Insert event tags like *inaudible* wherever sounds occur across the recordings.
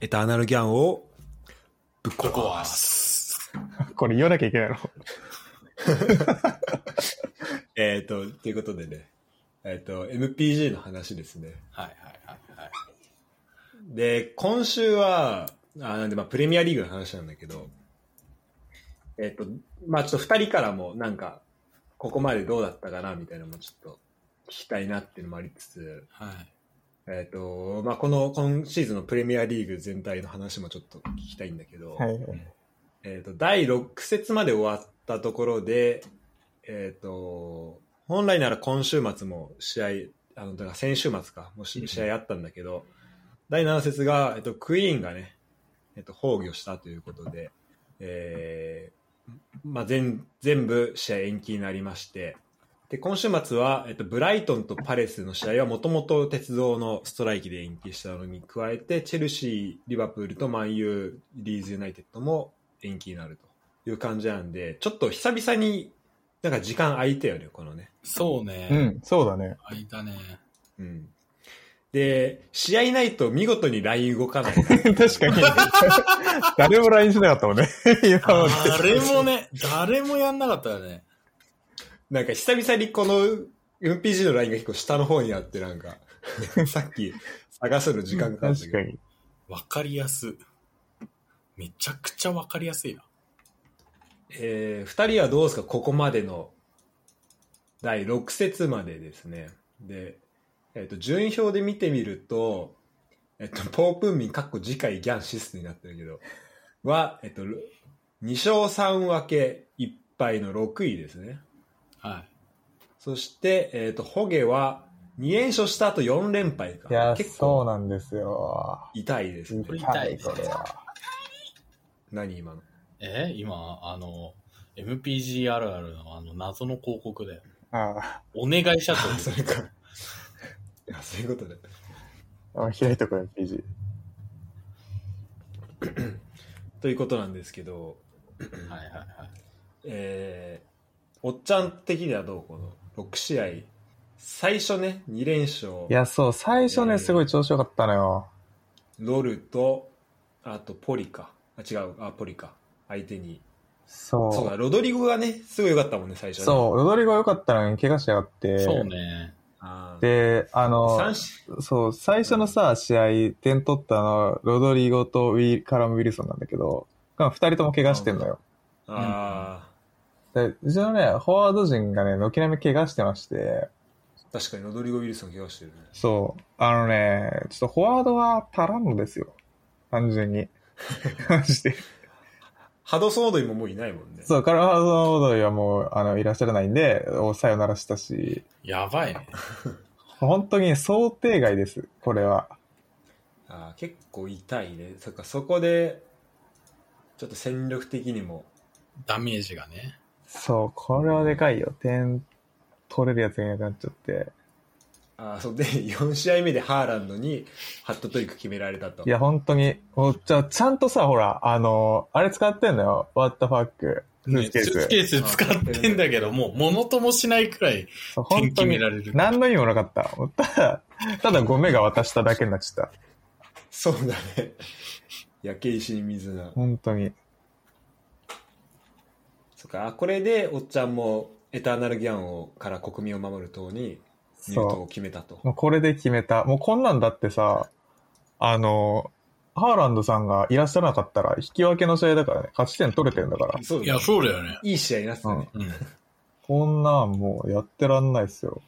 エターナルギャンをぶっ壊壊す。す。これ言わなきゃいけないの。えっ、と、ということでね、えっ、と、MPG の話ですね。はいはいはいはい。で、今週は、あなんで、まあ、プレミアリーグの話なんだけど、えっ、と、まあ、ちょっと2人からも、なんか、ここまでどうだったかな、みたいなのもちょっと聞きたいなっていうのもありつつ、はい。えっ、と、まあ、この、今シーズンのプレミアリーグ全体の話もちょっと聞きたいんだけど、はい。えー、と第6節まで終わったところで、えー、と本来なら今週末も試合あのだから先週末かもし試合あったんだけど、第7節が、えー、とクイーンがね、えー、と崩御したということで、えーまあ、全全部試合延期になりましてで今週末は、えー、とブライトンとパレスの試合はもともと鉄道のストライキで延期したのに加えてチェルシー、リバプールとマンユーリーズユナイテッドも延期になるという感じなんで、ちょっと久々になんか時間空いたよね、このね。そうね。うん、そうだね。あいたね。うん。で、試合ないと見事にライン動かない。 *laughs* 確かに。誰も LINE しなかったもんね。今まで。誰も *laughs* ね、誰もやんなかったよね。なんか久々にこの MPG のラインが結構下の方にあって、なんか、さっき探すの時間かかった確けど。かに。わかりやす。めちゃくちゃわかりやすいな。えー、二人はどうですか、ここまでの第6節までですね。で、えっ、と、順位表で見てみると、えっ、と、ポープンミン、かっこ次回ギャンシスになってるけど、は、えっ、と、2勝3分け1敗の6位ですね。はそして、えっ、と、ホゲは2連勝した後4連敗か。いや、結そう構なんですよ。痛いですね。痛い、これは。何今 *laughs* の。い。え今、あの、MPG あるあるのあの謎の広告だよ。あお願いしたと思あう *laughs* それ *laughs* か。いやそういうことで。あ、開いとこよ、PG。ということなんですけど、はいはいはい。えーおっちゃん的にはどうこの6試合最初ね2連勝いや、そう、最初えーね、すごい調子良かったのよ。ロルとあとポリかあ違うあポリか相手にそうそだロドリゴがねすごい良かったもんね最初う。そう、ロドリゴ良かったのに怪我しやがって。そうね。でで、あの三、試そう、最初のさ、試合、点取ったの、ロドリゴとウィカラム・ウィルソンなんだけど、まあ二人とも怪我してんのよ。あで、うちのね、フォワード陣がね、軒並み怪我してまして、ー確かにロドリゴ・ウィルソン怪我してるねそう。あのね、ちょっとフォワードは足らんのですよ。単純 *laughs* に。マジで。ハドソン・オドイももういないもんねそう、カラハードの踊りはもう、あの、いらっしゃらないんで、おさよならしたし、やばいね。本当に想定外です、これは。あー結構痛いねそっかそこでちょっと戦力的にもダメージがね。そう、これはでかいよ。点取れるやつがいなくなっちゃって。あーそうで4試合目でハーランドにハットトリック決められたといや、本当に。おじゃあちゃんとさ、ほら、あのあれ使ってんのよ。What the fuck? スねーツケースーツス。ケース使ってんだけど、もう物ともしないくらいそう点本当決めに。られる。何の意味もなかった。ただ、ただゴメが渡しただけになっちゃった。そうだね。焼け石に水な。本当に。そっか、あこれでおっちゃんもエターナルギャンをから国民を守る党に入党をそ決めたとう。。もうこれで決めた。もうこんなんだってさ、あのハーランドさんがいらっしゃらなかったら、引き分けの試合だからね、勝ち点取れてるんだから。そういや、だね。そうだよね。いい試合になってたね。 *laughs* うん。こんなんもうやってらんないっすよ。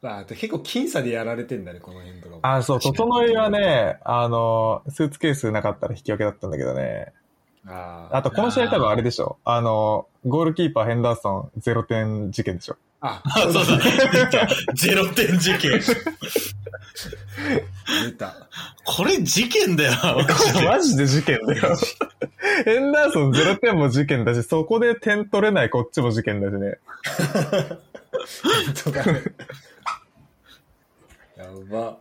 あで結構僅差でやられてんだね、この辺とかも。あ、そう、整いはね、あのスーツケースなかったら引き分けだったんだけどね。ああと、この試合多分あれでしょ。あの、ゴールキーパーヘンダーソン0点事件でしょ。あ、あ、そうだ。ゼロ点事件。出た。これ事件 *laughs* だよ。 *laughs* マジで事件だよ。 *laughs* ヘンダーソン0点も事件だし、そこで点取れないこっちも事件だしね。とかね。 *laughs* やば。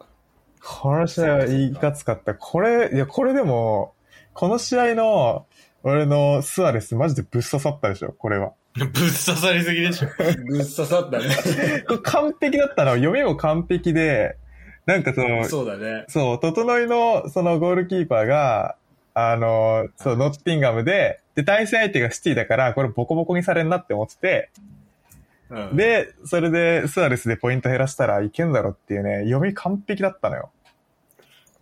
この試合はいかつかった。これ、いや、これでも、この試合の、俺のスアレスマジでぶっ刺さったでしょ、これは。ぶっ刺さりすぎでしょ。ぐっ刺さったね。これ完璧だったの。読みも完璧で、なんかその、そうだね。そう、整いの、そのゴールキーパーが、あの、そう、ノッティンガムで、で、対戦相手がシティだから、これボコボコにされんなって思ってて、うん、で、それで、スアレスでポイント減らしたらいけんだろっていうね、読み完璧だったのよ。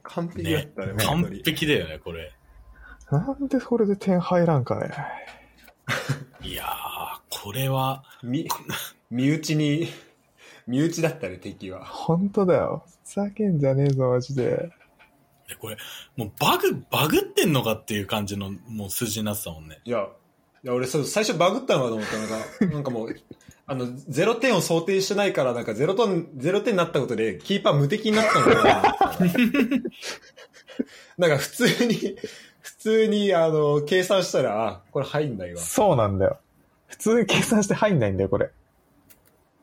完璧だっねたね。、完璧だよね、これ。なんでそれで点入らんかね。いやー、これは、み身内に、身内だったね、敵は。ほんとだよ。ふざけんじゃねえぞ、マジで。えこれ、もうバグ、バグってんのかっていう感じの、もう数字になってたもんね。いや、いや俺そう、最初バグったのかと思ったのが、なんかもう、あの、0点を想定してないから、なんか0点、0点になったことで、キーパー無敵になったのかなと思ったら。なんか普通に、普通に、あの、計算したら、あ、これ入んないわ。そうなんだよ。普通に計算して入んないんだよ、これ。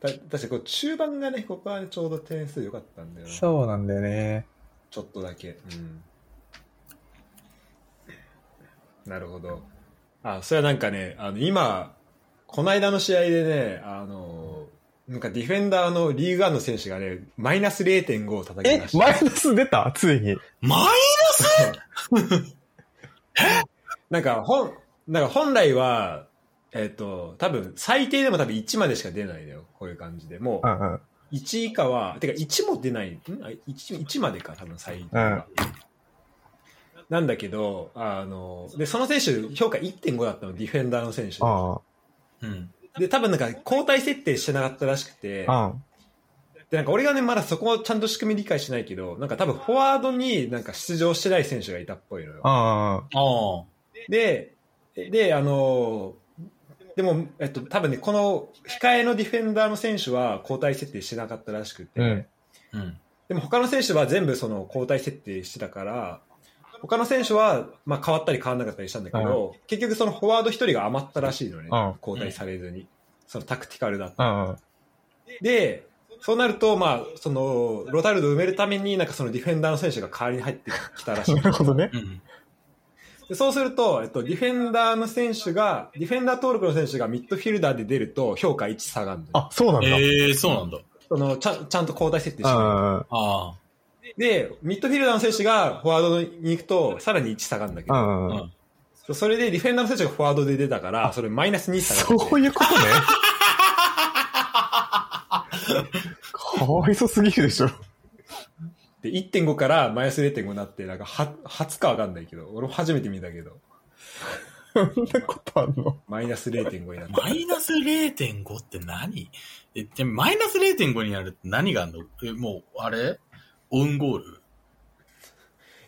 た確かにこう中盤がね、ここはね、ちょうど点数良かったんだよな。そうなんだよね。ちょっとだけ。うん。なるほど。あ、それはなんかね、あの、今、この間の試合でね、あの、なんかディフェンダーのリーグワンの選手がね、マイナス0.5を叩きえま、した。マイナス出たついに。マイなんか、ほん、なんか本来は、えっ、と、多分、最低でも多分1までしか出ないのよ。こういう感じで。もうんうん。う、1以下は、てか1も出ない、んあ 1, 1までか、多分最低が。なんだけど、あの、で、その選手、評価1.5だったの、ディフェンダーの選手。あうん。で、多分なんか交代設定してなかったらしくて、あ。うん。で、なんか俺がね、まだそこをちゃんと仕組み理解してないけど、なんか多分フォワードになんか出場してない選手がいたっぽいのよ。ああ。ああ。で、で、あのーでも、えっと、多分ね、この控えのディフェンダーの選手は交代設定してなかったらしくて、うんうん。でも他の選手は全部その交代設定してたから、他の選手は、まあ、変わったり変わらなかったりしたんだけど、結局そのフォワード一人が余ったらしいのね、うん交代されずに、そのタクティカルだったうんうん。で、そうなると、まあ、その、ロタルドを埋めるために、なんかそのディフェンダーの選手が代わりに入ってきたらしい *laughs* な。るほどね。うん。でそうすると、えっと、ディフェンダーの選手が、ディフェンダー登録の選手がミッドフィルダーで出ると、評価1下がるのよあ、そうなんだ。ええー、そうなんだ。そのちゃんちゃんと交代設定してるああで、ミッドフィルダーの選手がフォワードに行くと、さらに1下がるんだけあ。ど、うんうんう。うんんそうそれでディフェンダーの選手がフォワードで出たから、それマイナス2下がる。そういうことね。かわいそすぎるでしょ。で、1.5からマイナス0.5になって、なんかは、初かわかんないけど、俺も初めて見たけど、そんなことあんのマイナス0.5になっあ。て。マイナス0.5って何え、でマイナス0.5になるって何があんのえ、もう、あれオウンゴール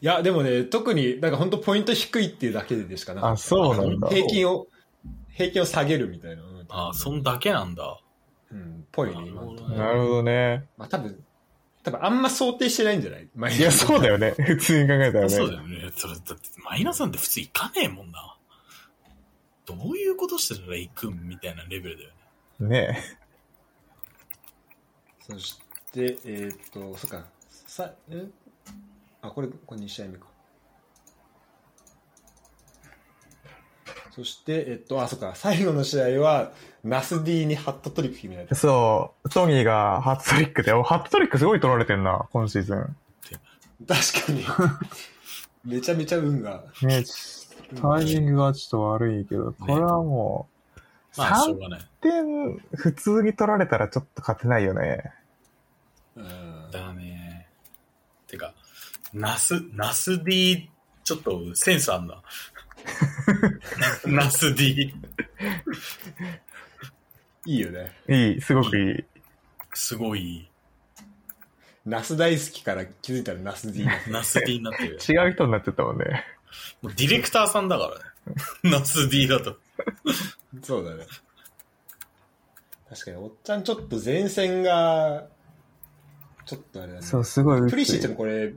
いや、でもね、特に、なんか本当ポイント低いっていうだけでしかなかったあ、そうなんだ。平均を、平均を下げるみたいな。ああ、そんだけなんだ。うん、ぽいね、今のとこなるほどね。まあ多分、多分あんま想定してないんじゃないマイナスいや、そうだよね。普通に考えたらね。そうだよね。それ、だって、マイナスなんて普通いかねえもんな。どういうことしてたら行くんみたいなレベルだよね。ねそして、えーっと、そっか、さ、えあ、これ、これ2試合目か。そして、えっと、あ、そっか、最後の試合は、ナス D にハットトリック決められた。そう。トニーがハットトリックで、おハットトリックすごい取られてんな、今シーズン。確かに。めちゃめちゃ運が。ねタイミングがちょっと悪いけど、これはもう、まあ、しょ3うがない。点普通に取られたらちょっと勝てないよね。うんだね。てか、ナス、ナス D、ちょっとセンスあんな。ナス D。いいよね。いい、すごくいい。すごい、ナス大好きから気づいたらナス D。ナス D になってる。違う人になってたもんね。もうディレクターさんだからね。ナス D だと。そうだね。確かに、おっちゃんちょっと前線が、ちょっとあれだね。そう、すごい。プリシッチもこれ、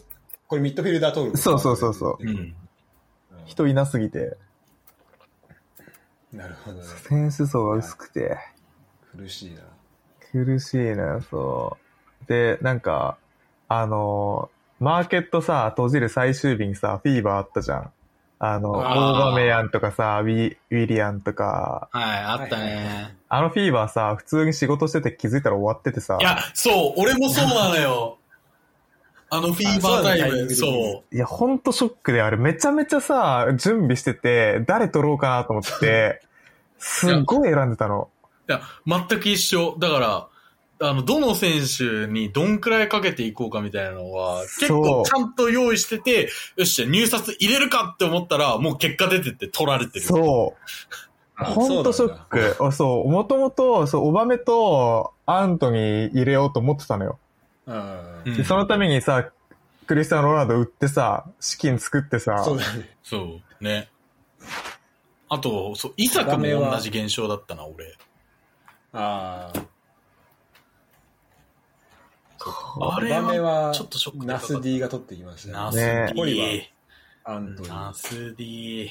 これミッドフィルダー登録。そうそうそうそうううんん。人いなすぎて、なるほどね。選手層が薄くて、苦しいな。苦しいな、そう。で、なんか、あのーマーケットさ、閉じる最終日にさ、フィーバーあったじゃん。あの、オーあーバメヤンとかさ、ウィウィリアンとか、はい、あったはいはいね。あのフィーバーさ、普通に仕事してて気づいたら終わっててさい、や、そう、俺もそうなのよ。あのフィーバータイム、あそうなんだそいや、ほんとショックで、あれめちゃめちゃさ、準備してて、誰取ろうかなと思って、すっごい選んでたの。う。いや、全く一緒。だから、あの、どの選手にどんくらいかけていこうかみたいなのは、結そ構うちゃんと用意してて、よっしゃ、入札入れるかって思ったら、もう結果出てって取られてる。そう。あほんとショック。あそう、もともと、そう、オバメとアントニー入れようと思ってたのよ。そうなんだうんうんでそのためにさ、クリスタン・ロナウド売ってさ、資金作ってさ、そうだね。そう。ね。あと、そう、イサクも同じ現象だったな、俺。ああ。あれダメは、はちょっとショックでかナかったス D が取ってきましたね。ナスス D デポリィ。アントニーナ。スディ。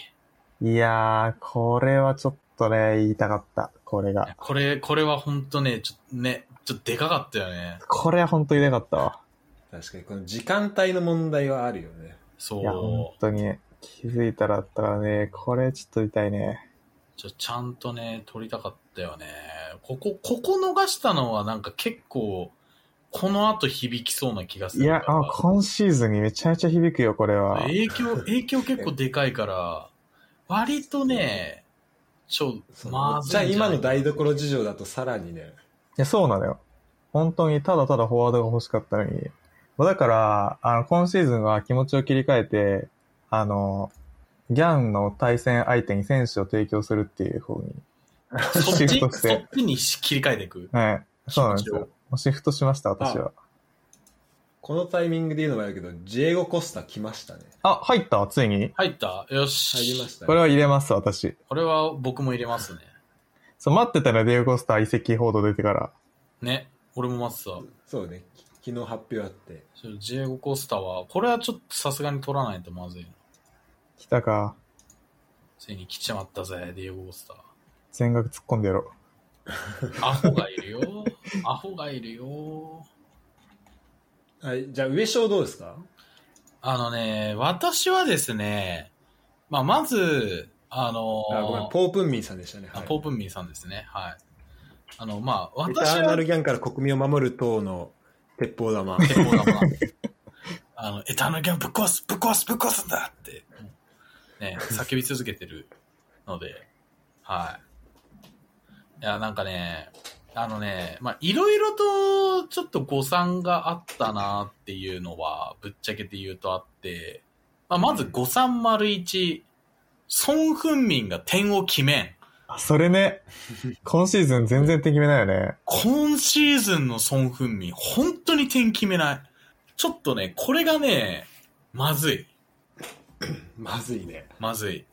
いやー、これはちょっとね、言いたかった。これが。これ、これは本当ね、ちょっとね、ちょっとでかかったよね。これは本当言いたかったわ。確かに、この時間帯の問題はあるよね。そいや、本う。当に気づいたらあったからね、これちょっと痛いね。ちょちゃんとね、取りたかったよね。ここ、ここ逃したのはなんか結構、この後響きそうな気がすいるから。や、あ今シーズンにめちゃめちゃ響くよ、これは。影響、影響結構でかいから、割とね、ちょ、そまうずいんじゃあ今の台じゃない所事情だとさらにね。いや、そうなのよ。本当にただただフォワードが欲しかったのに。まあだから、あの、今シーズンは気持ちを切り替えて、あの、ギャンの対戦相手に選手を提供するっていう方に。そっシちフト、してそっちに切り替えていく。はい。そうなんですよ。気持もうシフトしました、私は。このタイミングで言うのもあるけど、ジエゴ・コスタ来ましたね。あ、入ったついに。入ったよし。入りましたこれね。は入れます、私。これは僕も入れますね。そう、待ってたらディオゴスター移籍報道出てから。ね。俺も待ってた。そうね。き昨日発表あって。ちょジエゴ・コスタは、これはちょっとさすがに取らないとまずいな。来たか。ついに来ちまったぜ、ディエゴ・コスタ。全額突っ込んでやろう。アホがいるよ。アホがいるよ。はい。じゃあ、上昇どうですかあのね、私はですね、まあ、まず、あのあ、ごめん。ポープンミンさんでしたね。あはい、ポープンミンさんですね。はい。あの、まあ、エタ私ーナはル、ギャンから国民を守る党の鉄砲玉。鉄砲玉。あの、エターナルギャンぶっ壊す、ぶっ壊す、ぶっ壊すんだって、ね、叫び続けてるので、はい。いや、なんかね、あのね、まあ、いろいろと、ちょっと誤算があったなっていうのは、ぶっちゃけて言うとあって、まあ、まず5301、ソン・フンミンが点を決めん。あ、それ *laughs* ね。今シーズン全然点決めないよね。今シーズンのソン・フンミン、本当に点決めない。ちょっとね、これがね、まずい。 *laughs* まずいね。まずい。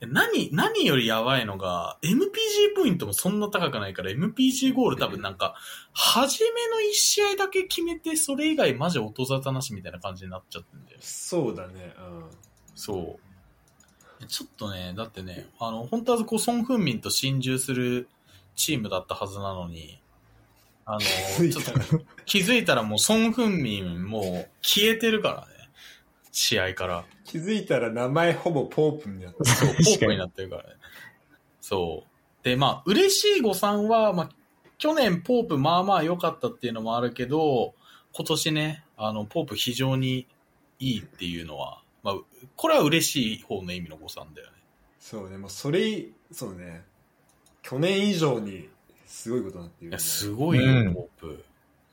何、何よりやばいのが、MPG ポイントもそんな高くないから、MPG ゴール多分なんか、初めの1試合だけ決めて、それ以外マジ音沙汰なしみたいな感じになっちゃってんだよ。そうだね。うん。そう。ちょっとね、だってね、あの、本当はこう、ソン・フンミンと心中するチームだったはずなのに、あの、気づいちょたっと気づいたらもう、ソン・フンミンもう消えてるからね。試合から。 *laughs* 気づいたら名前ほぼポープンになった。そう、ポ確ーかプにに。なってるからね。そう。で、まあ、嬉しい誤算は、まあ、去年ポープまあまあ良かったっていうのもあるけど、今年ね、あの、ポープ非常にいいっていうのは、まあ、これは嬉しい方の意味の誤算だよね。そうね。もうそれい、そうね。去年以上にすごいことになってるよね、いや、すごいよ、うんポープ。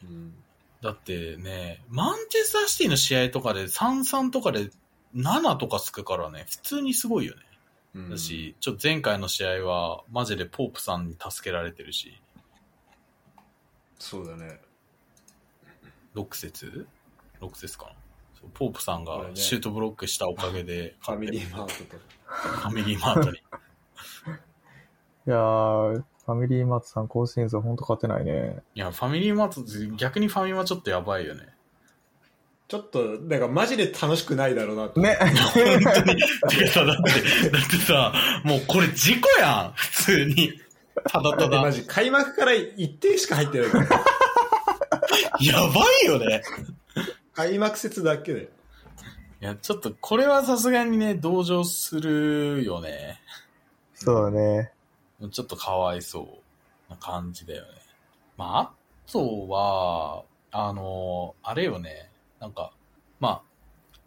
うん。だってね、マンチェスターシティの試合とかで3-3とかで7とかつくからね、普通にすごいよね。うんだし、ちょっと前回の試合は、マジでポープさんに助けられてるし、そうだね。 6節 ?6 節かなそうポープさんこがれねシュートブロックしたおかげで、ファミリーマートと。ファミリーマー *laughs* トに。いやー、ファミリーマートさん今シーズンほんと勝てないね。いや、ファミリーマート、逆にファミマちょっとやばいよね。ちょっと、なんかマジで楽しくないだろうなと。 *laughs* ね。本当に。てかさ、だって、だってさ、もうこれ事故やん普通に。ただだたってだマ。ジ開幕から1点しか入ってない *laughs* から。やばいよね。開幕節だけで。いや、ちょっとこれはさすがにね、同情するよね。そうだね。ちょっとかわいそうな感じだよね。まあ、あとは、あの、あれよね、なんか、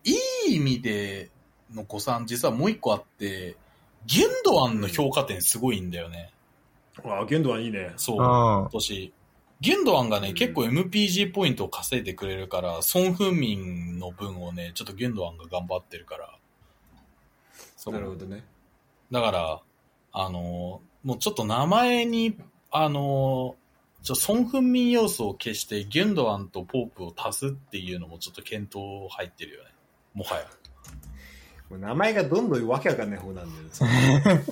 い意味での誤算、実はもう一個あって、ゲンドアンの評価点すごいんだよね。わあ、限度はいいね。そう。今うん。年。ゲンドアンがね、うん結構 MPG ポイントを稼いでくれるから、ソン・フンミンの分をね、ちょっとゲンドアンが頑張ってるから。そうなるほどね。だから、あのーもうちょっと名前に、あのーちょ、ソン・フンミン要素を消して、ゲンドアンとポープを足すっていうのもちょっと検討入ってるよね。もはや。もう名前がどんどんわけわかんない方なんだよね。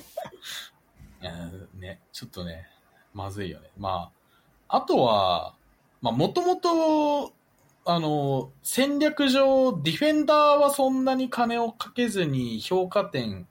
うんね、ちょっとね、まずいよね。まあ、あとは、まあ、もともと、あの、戦略上、ディフェンダーはそんなに金をかけずに、評価点、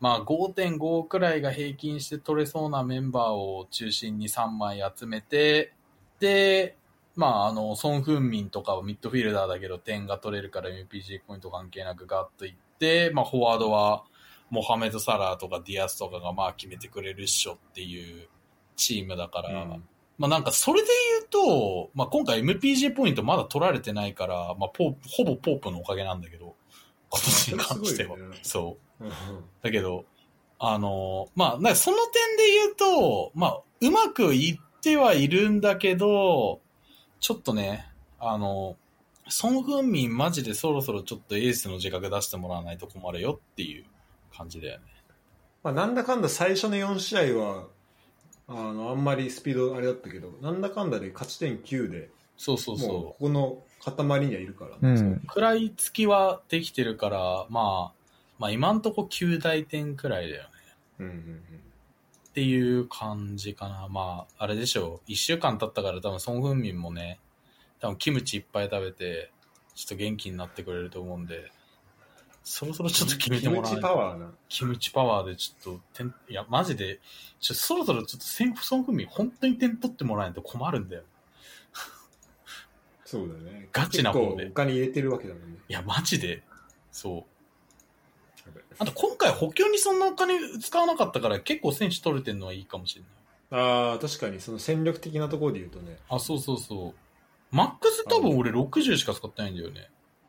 まあ、5.5くらいが平均して取れそうなメンバーを中心に3枚集めて、で、まあ、あの、ソン・フンミンとかはミッドフィルダーだけど点が取れるから MPG ポイント関係なくガッといって、まあ、フォワードは、モハメド・サラーとかディアスとかがまあ決めてくれるっしょっていうチームだから、うんまあなんかそれで言うと、まあ今回 MPG ポイントまだ取られてないから、まあポープほぼポープのおかげなんだけど、今年に関してそれすごは。いよねそう。うんだけど、あの、まあ、なんかその点で言うと、まあ、うまくいってはいるんだけど、ちょっとね、あの、ソン・フンミンマジでそろそろちょっとエースの自覚出してもらわないと困るよっていう感じだよね。 *laughs* まあ、なんだかんだ最初の4試合は、あの、あんまりスピードあれだったけど、なんだかんだで勝ち点9で、そうそうもうそここの塊にはいるからうね。んう。。食らいつきはできてるから、まあ、まあ今んとこ9大点くらいだよね。うんうんうんっていう感じかな。まあ、あれでしょう。一週間経ったから多分ソン・フンミンもね、多分キムチいっぱい食べて、ちょっと元気になってくれると思うんで、そろそろちょっと決めてもらキムチわないパとワーな。キムチパワーでちょっと点、いや、マジで、ちょそろそろちょっとセンソン・フンミン本当に点取ってもらわないと困るんだよ。そうだね。ガチな方で結構お金入れてるわけだもんね。いや、マジで、そう。あと今回補強にそんなお金使わなかったから結構選手取れてるのはいいかもしれない。ああ、確かにその戦力的なところで言うとね。あ、そうそうそう。マックス多分俺60しか使ってないんだよね。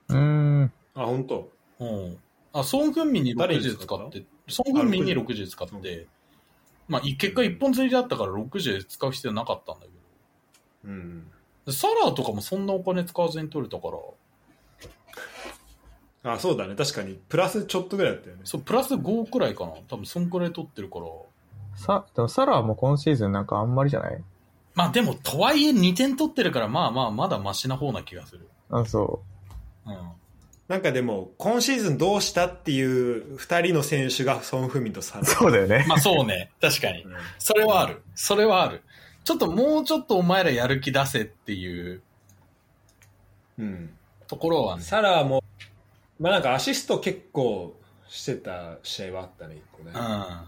うん。あ、本当。うん。あ、ソン・フンミンに誰に使60った使って、ソン・フンミンにあ60使って、まあ、い結果一本釣りだったから60で使う必要なかったんだけうん。ど、サラーとかもそんなお金使わずに取れたから、あ、そうだね。確かに。プラスちょっとぐらいだったよね。そう、プラス5くらいかな。多分そんくらい取ってるから。さ、でもサラはもう今シーズンなんかあんまりじゃないまあでも、とはいえ2点取ってるから、まあまあ、まだマシな方な気がする。あ、そうん。なんかでも、今シーズンどうしたっていう2人の選手がソン・フミンと *laughs* サラう。そうだよね。まあそうね。確かに。うんそれはある。それはある。ちょっともうちょっとお前らやる気出せっていううん。ところはね。サラも、まあなんかアシスト結構してた試合はあったね、一個ね。うん。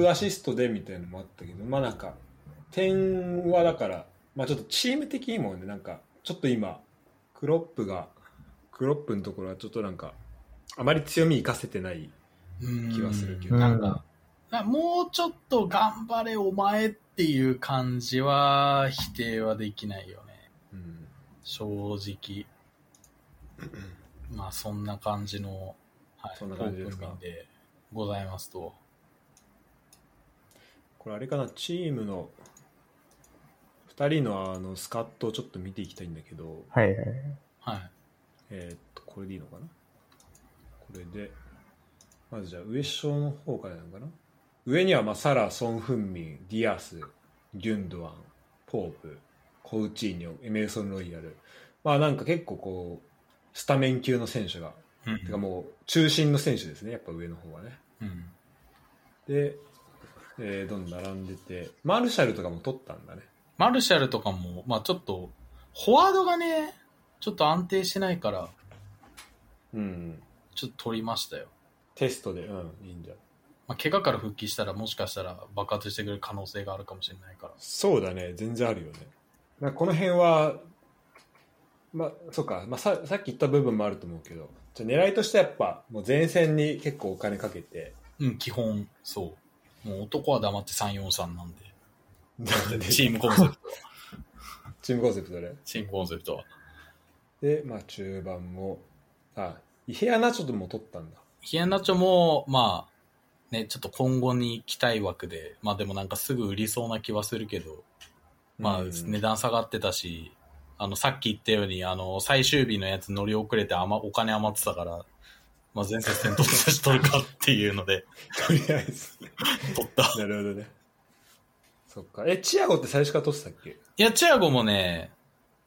2アシストでみたいなのもあったけど、まあなんか、点はだから、まあちょっとチーム的にもね、なんか、ちょっと今、クロップが、クロップのところはちょっとなんか、あまり強み生かせてない。気はするけどうんなんか、なもうちょっと頑張れお前っていう感じは否定はできないよね。うん。正直。まあそんな感じの、はい、そんな感じですかオープニングでございますと。これあれかな、チームの、2人のあの、スカットをちょっと見ていきたいんだけど、はいはい。はい。えーっと、これでいいのかなこれで、まずじゃあ上昇の方からなのかな上にはまあサラ、ソン・フンミン、ディアス、ギュンドワン、ポープ、コウチーニョ、エメルソン・ロイヤル。まあなんか結構こう、スタメン級の選手が、うてかん。もう中心の選手ですね、やっぱ上の方はね。うん、で、えーどんどん並んでて、マルシャルとかも取ったんだね。マルシャルとかも、まあちょっと、フォワードがね、ちょっと安定してないから、うん。ちょっと取りましたよ。テストで、うん、いいんじゃん。まあ、怪我から復帰したらもしかしたら爆発してくれる可能性があるかもしれないから。そうだね、全然あるよね。なんかこの辺は、まあ、そうか、まあさ、さっき言った部分もあると思うけど、じゃあ狙いとしてはやっぱ、もう前線に結構お金かけて、うん、基本、そう。もう男は黙って343なんで。チ *laughs* チームコンセ *laughs* プト。ームコンセプトで。チームコンセプトは。で、まあ、中盤も、あ、ヘアナチョとも取ったんだ。ヒアナチョも、まあ、ね、ちょっと今後に期待枠で、まあでもなんかすぐ売りそうな気はするけど、まあうん値段下がってたし、あの、さっき言ったように、あの、最終日のやつ乗り遅れてあま、お金余ってたから、まあ全接戦どっち取るかっていうの *laughs* で、とりあえず。取った。なるほどね。そっか。え、チアゴって最初から取ってたっけいや、チアゴもね、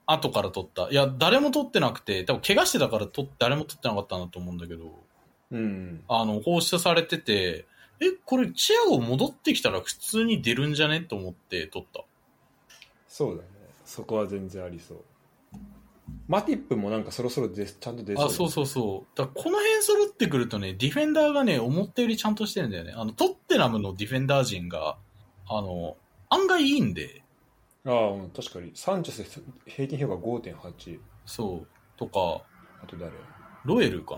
後から取った。いや、誰も取ってなくて、多分怪我してたから取っ誰も取ってなかったんだと思うんだけど、うん。あの、放出されてて、え、これチアゴ戻ってきたら普通に出るんじゃねと思って取った。そうだね。そこは全然ありそう。マティップもなんかそろそろでちゃんと出そうだあ、ねそうそうそう。だからこの辺揃ってくるとね、ディフェンダーがね、思ったよりちゃんとしてるんだよね。あの、トッテナムのディフェンダー陣が、あの、案外いいんで、ああ、うん、確かに。サンチェス平均評価5.8。そう。とか、あと誰ロエルか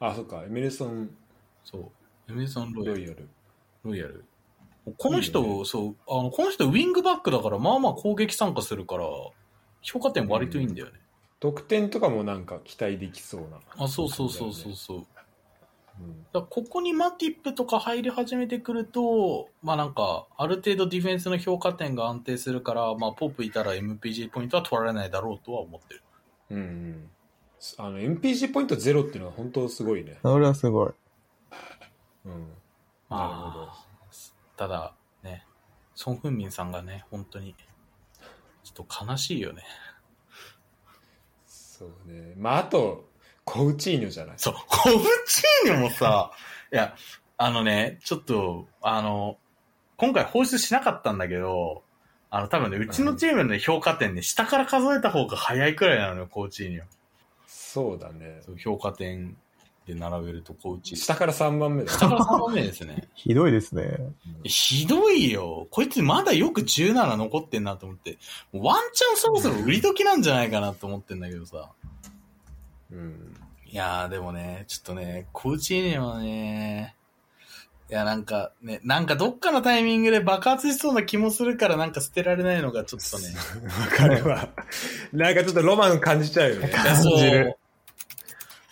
なあ、そっか。エミルソン・そう。エメソン・ロエロル。イヤル。ロイヤル。この人、いいよねそう、あの、この人ウィングバックだから、まあまあ攻撃参加するから、評価点割といいんだよね。得点とかもなんか期待できそうな。あ、そうそうそうそうそう。うん。だからここにマティップとか入り始めてくると、まあなんか、ある程度ディフェンスの評価点が安定するから、まあポープいたら MPG ポイントは取られないだろうとは思ってる。うん、うん。あの、MPG ポイントゼロっていうのは本当すごいね。それはすごい。うん。なるまほど。あ、ただ、ね、ソン・フンミンさんがね、本当に、ちょっと悲しいよね。そうね。まあ、あと、コウチーニョじゃないそう、 *laughs* コブチーニョもさ、いや、あのね、ちょっと、あの、今回放出しなかったんだけど、あの、多分ね、うちのチームの評価点ね、下から数えた方が早いくらいなのよ、コーチーニョ。そうだね。そう評価点で並べるとこうち。下から3番目だ。下から3番目ですね。 *laughs* ひどいですね。ひどいよ。こいつまだよく17残ってんなと思って。もうワンチャンそろそろ売り時なんじゃないかなと思ってんだけどさ。うん。いやーでもね、ちょっとね、コーチにはね、いやなんかね、なんかどっかのタイミングで爆発しそうな気もするからなんか捨てられないのがちょっとね。わかるわ。なんかちょっとロマン感じちゃうよね。いやそう *laughs* 感じる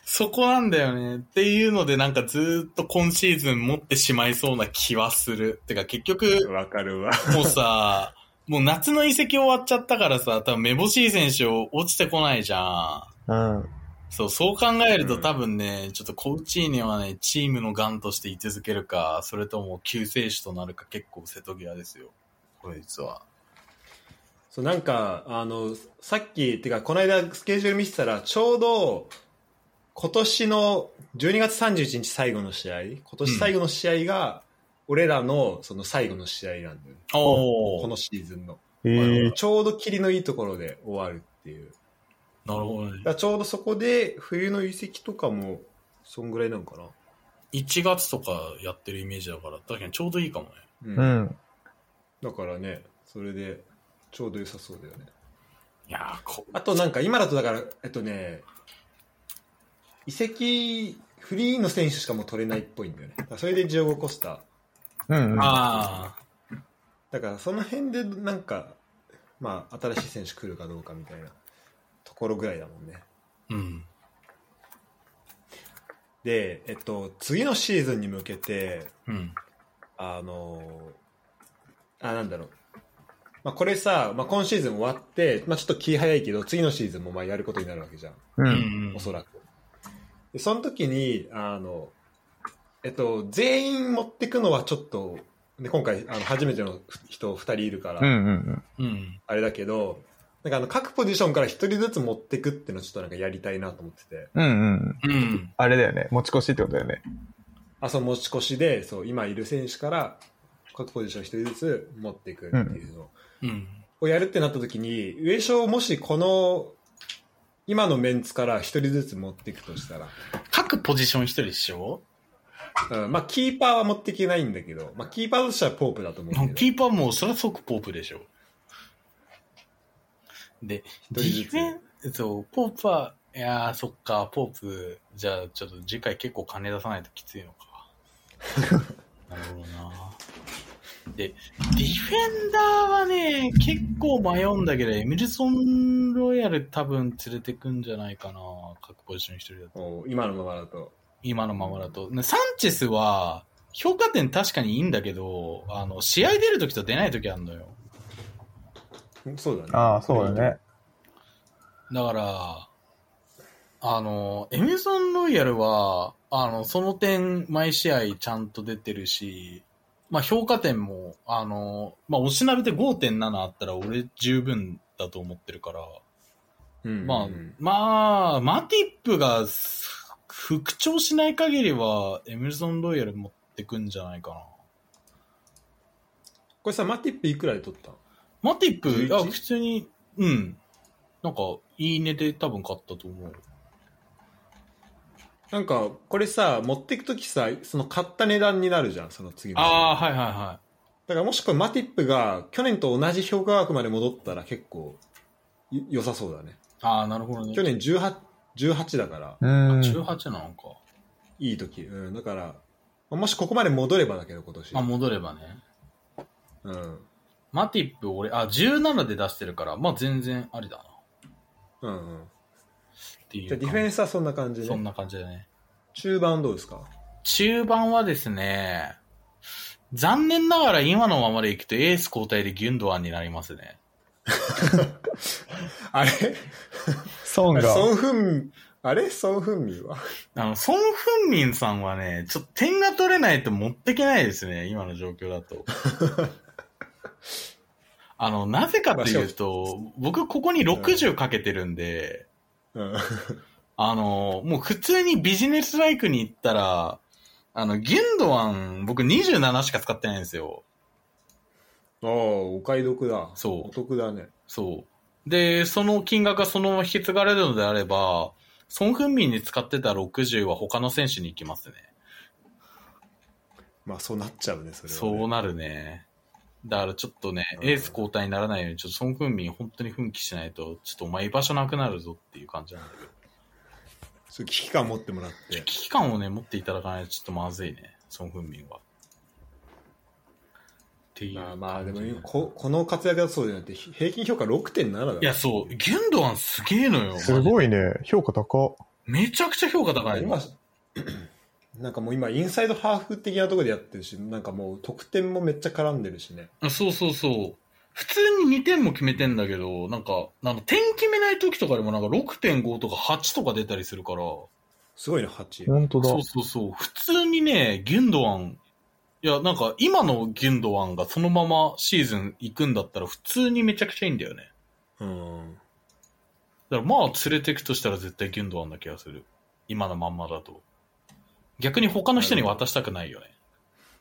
そこなんだよね。っていうので、なんかずーっと今シーズン持ってしまいそうな気はする。てか結局、わかるわ。もうさ、もう夏の移籍終わっちゃったからさ、多分めぼしい選手落ちてこないじゃん。うん。そう、そう考えるうとん多分ね、ちょっとコウチーニはね、チームのガンとして居続けるか、それとも救世主となるか結構瀬戸際ですよ。こいつは。そう、なんか、あの、さっき、てか、この間スケジュール見てたら、ちょうど、今年の12月31日最後の試合、今年最後の試合が、俺らのその最後の試合なんだよね。おこーのシーズンの。えー、ちょうど霧のいいところで終わるっていう。なるほどだねか。らちょうどそこで、冬の遺跡とかも、そんぐらいなのかな。 1月とかやってるイメージだから、確かにちょうどいいかもね。うんうん。だからね、それで、ちょうど良さそうだよね。いやー、こあとなんか、今だとだから、えっとね、移籍、フリーの選手しかもう取れないっぽいんだよね。だからそれでジオゴ・コスタ。うん、うん。ああ、だから、その辺で、なんか、まあ、新しい選手来るかどうかみたいなところぐらいだもんね。うん。で、えっと、次のシーズンに向けて、うん。あのーあ、なんだろう。まあ、これさ、まあ、今シーズン終わって、まあ、ちょっと気早いけど、次のシーズンもまあやることになるわけじゃん。う。うんんおそらく。で、その時に、あの、えっと、全員持ってくのはちょっと、で今回、あの、初めての人2人いるから、うん、うん、うん。うん。あれだけど、なんかあの、各ポジションから1人ずつ持ってくっていうのをちょっとなんかやりたいなと思ってて、うん、うん。うん。あれだよね。持ち越しってことだよね。あ、その持ち越しで、そう、今いる選手から、各ポジション1人ずつ持っていくっていうのを、うん。をやるってなった時に、上昇をもしこの、今のメンツから1人ずつ持っていくとしたら、各ポジション一人でしょうんまあ、キーパーは持っていけないんだけど、まあ、キーパーとしてはポープだと思うけど、キーパーもうそれは即ポープでしょ。で、人デずィつフェンそう、ポープは、いやー、そっか、ポープ、じゃあちょっと *laughs* 次回結構金出さないときついのか。なるほどな。ディフェンダーはね、結構迷うんだけど、エミルソン・ロイヤル多分連れてくんじゃないかな。各ポジション一人だと。おう今のままだと。今のままだと。ねサンチェスは、評価点確かにいいんだけど、あの、試合出るときと出ないときあるのよ。そうだね。ああ、そうだね。だから、あの、エミソン・ロイヤルは、あの、その点、毎試合ちゃんと出てるし、まあ、評価点も、あの、まあ、おしなべて5.7あったら俺十分だと思ってるから、うん。まあうん、まあ、マティップがす復調しない限りは、エミソン・ロイヤル持ってくんじゃないかな。これさ、マティップいくらで取ったのマティップ、あ、 11普通に、うん。なんか、いいねで多分買ったと思う。なんか、これさ、持っていくときさ、その買った値段になるじゃん、その次の。ああ、はいはいはい。だからもしこれマティップが去年と同じ評価額まで戻ったら結構よ良さそうだね。ああ、なるほどね。去年 18, 18だからうあん。 18なのか。いい時、うん、だからまあもしここまで戻ればだけど今年。まあ、戻ればね。うん。マティップ、俺、あ、17で出してるから、まあ、全然ありだな。っうんうん。ていうじゃあ感デじ。ィフェンスはそんな感じで、そんな感じだね。中盤どうですか中盤はですね、残念ながら今のままでいくとエース交代でギュンドアンになりますね。あれソンが。ソン・フン、あれソン・フンミンはあの、ソン・フンミンさんはね、ちょっと点が取れないと持ってけないですね、今の状況だと。あの、なぜかというと、僕ここに60かけてるんで、うん。あの、もう普通にビジネスライクに行ったら、あの、ギュンドアン、僕27しか使ってないんですよ。ああ、お買い得だ。そうお得だね。そう。で、その金額がそのまま引き継がれるのであれば、ソン・フンミンに使ってた60は他の選手に行きますね。まあそうなっちゃうね、それは、そうね。なるね。だからちょっとね、うんエース交代にならないように、ちょっとソン・フンミン本当に奮起しないと、ちょっとお前居場所なくなるぞっていう感じなんだけど。そう危機感持ってもらって。危機感をね、持っていただかないとちょっとまずいね、ソン・フンミンは。っていまあう感じね、まあ、でも今こ、この活躍だとそうじゃなくて、平均評価6.7だから。いや、そう、ギュンドアンすげえのよ。すごいね。評価高。めちゃくちゃ評価高いの今、 *clears throat* なんかもう今、インサイドハーフ的なところでやってるし、なんかもう得点もめっちゃ絡んでるしね。あそうそうそう。普通に2点も決めてんだけど、なんか、なんか点決めない時とかでもなんか6.5とか8とか出たりするから、すごいね、8。本当だそ。うそうそう。普通にね、ギュンドアン、いや、なんか今のギュンドアンがそのままシーズン行くんだったら普通にめちゃくちゃいいんだよね。うん。だからまあ連れてくとしたら絶対ギュンドアンな気がする。今のまんまだと。逆に他の人に渡したくないよね。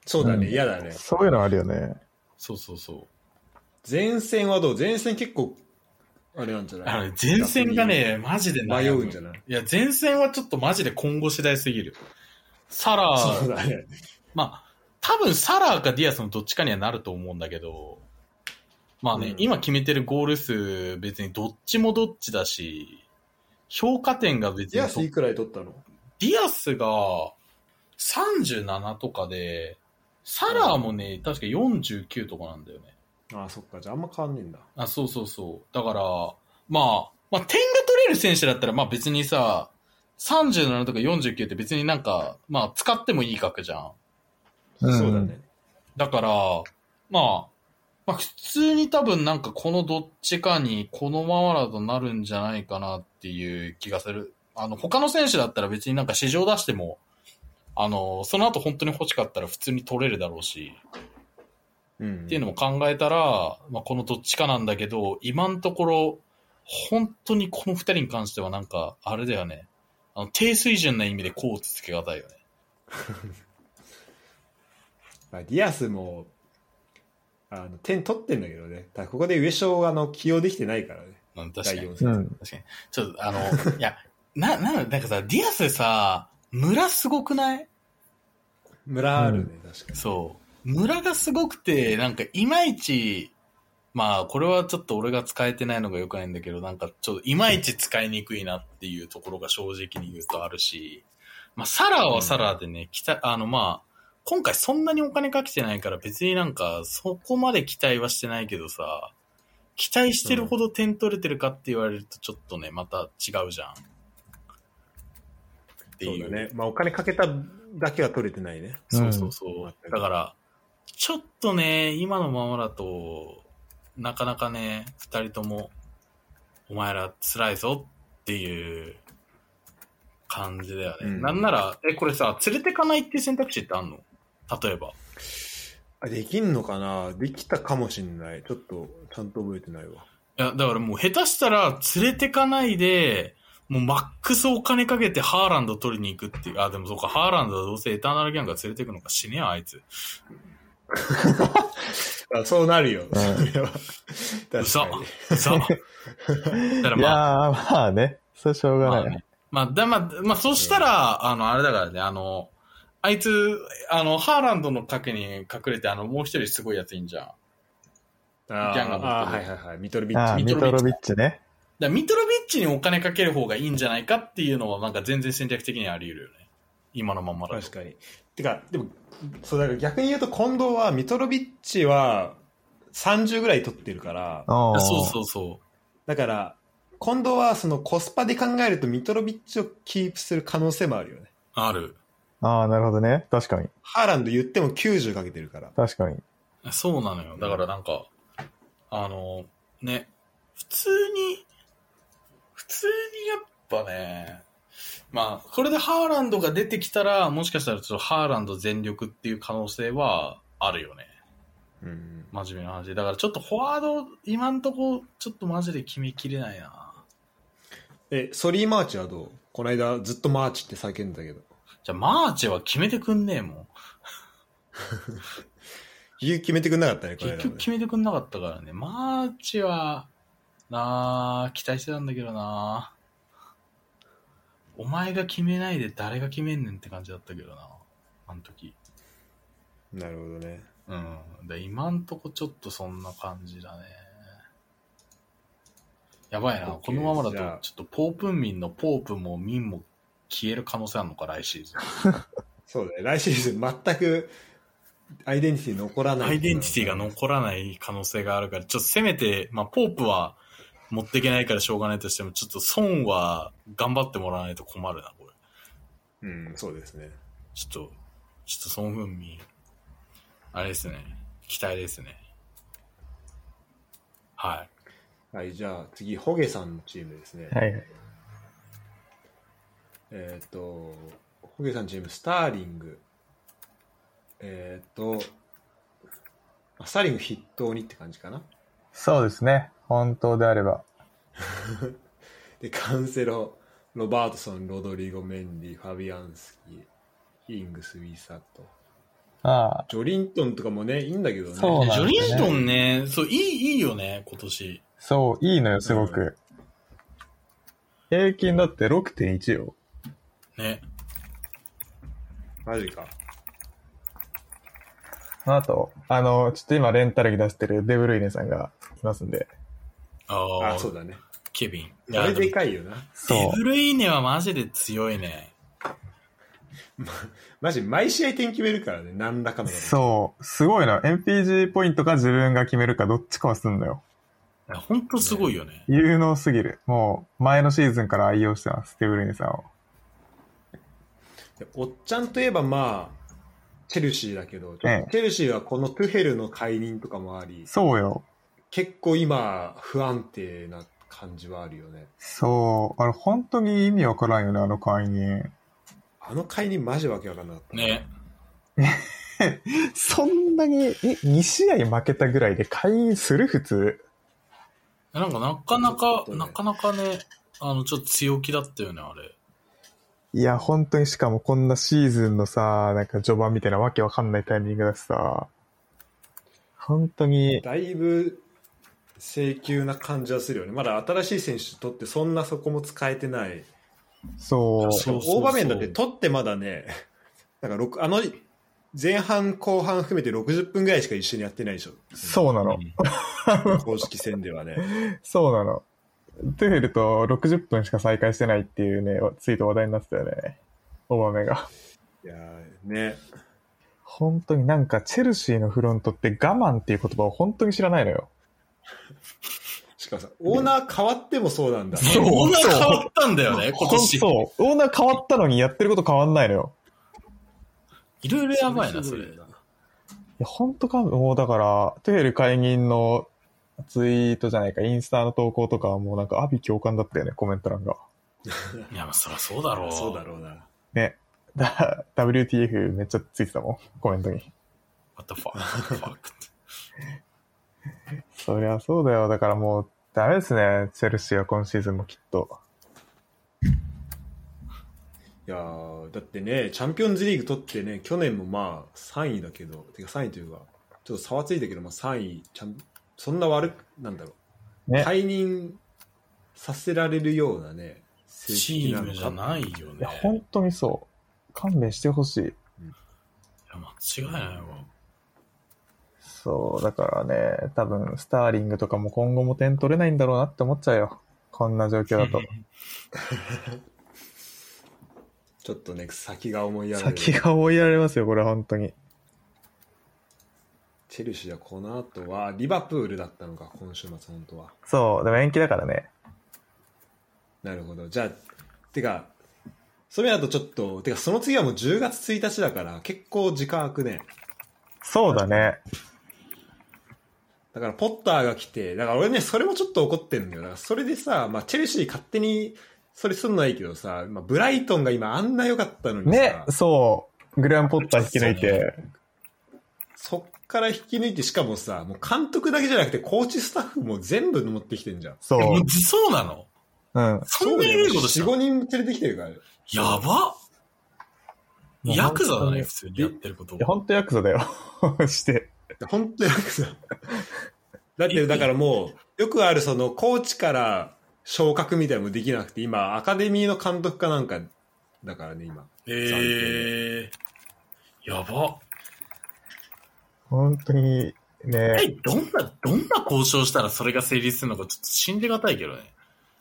そうだね、うん嫌だね。そういうのあるよね。そうそうそう。前線はどう前線結構、あれなんじゃあないの前線がね、マジで悩む迷うんじゃないいや、前線はちょっとマジで今後次第すぎる。サラそうー、だね。まあ、多分サラーかディアスのどっちかにはなると思うんだけど、まあね、うん今決めてるゴール数、別にどっちもどっちだし、評価点が別デにィアそスいくらで取ったのディアスが37とかで、サラーもね、確か49とかなんだよね。ああ、そっか、じゃああんま変わんねえんだ。あ、そうそうそう。だから、まあ、まあ、点が取れる選手だったら、まあ別にさ、37とか49って別になんか、まあ使ってもいい額じゃん。んそうだね。だから、まあ、まあ普通に多分なんかこのどっちかにこのままだとなるんじゃないかなっていう気がする。あの、他の選手だったら別になんか市場出しても、あの、その後本当に欲しかったら普通に取れるだろうし。うん。っていうのも考えたら、まあ、このどっちかなんだけど、今のところ、本当にこの二人に関してはなんか、あれだよね。あの、低水準な意味でこうつけがたいよね。まあディアスも、あの、点取ってんだけどね。ただここで上昇が、あの、起用できてないからね。うん、確か第に。 4う戦。ん。確かに。ちょっと、あの、いや、な、なの、なんかさ、ディアスさ、村すごくない村あるね、確かに。そう。村がすごくて、なんか、いまいち、まあ、これはちょっと俺が使えてないのが良くないんだけど、なんか、ちょっと、いまいち使いにくいなっていうところが正直に言うとあるし、まあ、サラーはサラーでね、きた、あの、まあ、今回そんなにお金かけてないから別になんかそこまで期待はしてないけどさ、期待してるほど点取れてるかって言われるとちょっとね、また違うじゃん。ってそういだう。ね。まあ、お金かけただけは取れてないね。そうそうそう。うんだから、ちょっとね、今のままだと、なかなかね、二人とも、お前ら辛いぞっていう感じだよね。うんなんなら、え、これさ、連れてかないっていう選択肢ってあんの例えば。あできんのかなできたかもしんない。ちょっと、ちゃんと覚えてないわ。いや、だからもう下手したら連れてかないで、もうマックスお金かけてハーランド取りに行くっていう。あ、でもそうか、ハーランドはどうせエターナルギャンが連れてくのか死ねよ、あいつ。あそうなるよ。うんそれはう確ざかに。。*laughs* うざ。だからいまあ、やー、まあね。それはしょうがまなあい。ね、まあ、だ、まあ、まあ、そうしたら、あの、あれだからね、あの、あいつ、あの、ハーランドの影に隠れて、あの、もう一人すごいやついんじゃん。ギャンが持ってるあーあー、はいはいはい。ミトルビッあチ。あ、ミミトルトトロロビビッチね。だからミトロビッチにお金かける方がいいんじゃないかっていうのは、なんか全然戦略的にはあり得るよね。今のままだ確と。かに。てか、でも、そうだから逆に言うと近藤は、ミトロビッチは30ぐらい取ってるから、ああ。そうそうそう。だから、近藤はそのコスパで考えるとミトロビッチをキープする可能性もあるよね。ある。ああ、なるほどね。確かに。ハーランド言っても90かけてるから。確かに。そうなのよ。だからなんか、あの、ね、普通に、普通にやっぱね、まあ、これでハーランドが出てきたら、もしかしたらちょっとハーランド全力っていう可能性はあるよね。うん。真面目な話。だからちょっとフォワード、今んとこ、ちょっとマジで決めきれないな。え、ソリーマーチはどうこの間ずっとマーチって叫んだけど。じゃあ、マーチェは決めてくんねえもん。言う決めてくんなかったね、この結間も局ね。決めてくんなかったからね。マーチは、なあ、期待してたんだけどなあ。お前が決めないで誰が決めんねんって感じだったけどな。あの時。なるほどね。うん。で今んとこちょっとそんな感じだね。やばいな。 OK このままだとじゃあ、ちょっとポープン民のポープも民も消える可能性あるのか、来シーズン。そうだね。来シーズン全くアイデンティティ残らない。アイデンティティが残らない可能性があるから、ちょっとせめて、まあ、ポープは持っていけないからしょうがないとしても、ちょっと損は頑張ってもらわないと困るな、これ。うん、そうですね。ちょっと、ちょっと孫文民、あれですね、期待ですね。はい。はい、じゃあ次、ホゲさんのチームですね。はいはい。えっ、と、ホゲさんのチーム、スターリング。えっ、と、あスターリング筆頭にって感じかな。そうですね。本当であれば。で、カンセロ、ロバートソン、ロドリゴ、メンディ、ファビアンスキー、ヒングス、ウィーサット。ああ、ジョリントンとかもね、いいんだけどね。そうなんジだねョリントンね、そう、いい、いいよね、今年。そう、いいのよ、すごく。平均だって6.1よ。ね。マジか。あと、あの、ちょっと今レンタルに出してるデブルイネさんがいますんで。ああ、あ、そうだね。ケビン。いあやれででもかいよな。そデうブ。ルイーネはマジで強いね。マジ、毎試合点決めるからね、何らかの。そう。すごいな。MPG ポイントか自分が決めるかどっちかはすんのよ。いやほんとすごいよね。有能すぎる。もう、前のシーズンから愛用してます。デブルイネさんを。でおっちゃんといえばまあ、チェルシーだけど、チええェルシーはこのトゥヘルの解任とかもあり、そうよ。結構今、不安定な感じはあるよね。そう。あれ、本当に意味わからんよね、あの会員。あの解任マジわけわかんなかった。ね。そんなに、え、2試合負けたぐらいで会員する普通。なんかなかなか、ちょっとねなかなかね、あの、ちょっと強気だったよね、あれ。いや、本当にしかもこんなシーズンのさ、なんか序盤みたいなわけわかんないタイミングだしさ、本当に、だいぶ、請求な感じはするよね。まだ新しい選手取ってそんなそこも使えてない。そう、そそうそうそ大う場面だって取ってまだね、 *laughs* なんか六あの、前半後半含めて60分ぐらいしか一緒にやってないでしょ。うなの。公式戦ではね。そうなの。トゥフェルと60分しか再開してないっていうね、ツイート話題になってたよね。オバメが。いやーね。本当になんかチェルシーのフロントって我慢っていう言葉を本当に知らないのよ。しかもさ、オーナー変わってもそうなんだ。そうオーナー変わったんだよね、今年。本当オーナー変わったのにやってること変わんないのよ。いろいろやばいな、それ。いや、本当かも、もうだから、トゥヘル会議員のツイートじゃないか、インスタの投稿とかはもうなんか、阿炎共感だったよね、コメント欄が。いや、まあ、そりゃそうだろう。そうだろうな。ね。だ WTF めっちゃついてたもん、コメントに。 What the fuck? What the fuck? そりゃそうだよ。だからもう、ダメですね、チェルシーは今シーズンもきっと。いやーだってね、チャンピオンズリーグ取ってね、去年もまあ3位だけど、てか3位というか、ちょっと差はついたけど、まあ、3位ちゃん、そんな悪く、なんだろう、ね解任させられるようなね、成チ績なーのムかじゃないよいや、ね。い本当にそう。勘弁してほしい。や、間違いないわ。そう、だからね、多分、スターリングとかも今後も点取れないんだろうなって思っちゃうよ。こんな状況だと。ちょっとね、先が思いやられる。先が追いやられますよ、これは本当に。チェルシーはこの後は、リバプールだったのか、今週末、本当は。そう、でも延期だからね。なるほど。じゃあ、てか、それだとちょっと、てか、その次はもう10月1日だから、結構時間空くね。そうだね。だから、ポッターが来て、だから俺ね、それもちょっと怒ってんだよ。だから、それでさ、まあ、チェルシー勝手に、それすんのはいいけどさ、まあ、ブライトンが今あんな良かったのにさ、ね、そう。グランポッター引き抜いて。そっから引き抜いて、しかもさ、もう監督だけじゃなくて、コーチスタッフも全部持ってきてんじゃん。そうえ。もうそうなのうん。そんなにいいことし4、た5人連れてきてるから。やばもうヤクザだ本当ね、に普通にやってることいや、。本当ヤクザだよ。 *laughs* して。本当になんかさだってだからもうよくあるそのコーチから昇格みたいなのもできなくて今アカデミーの監督かなんかだからね今えー、やば。本当に、え、ね、どんな、どんな交渉したらそれが成立するのかちょっと信じがたいけどね。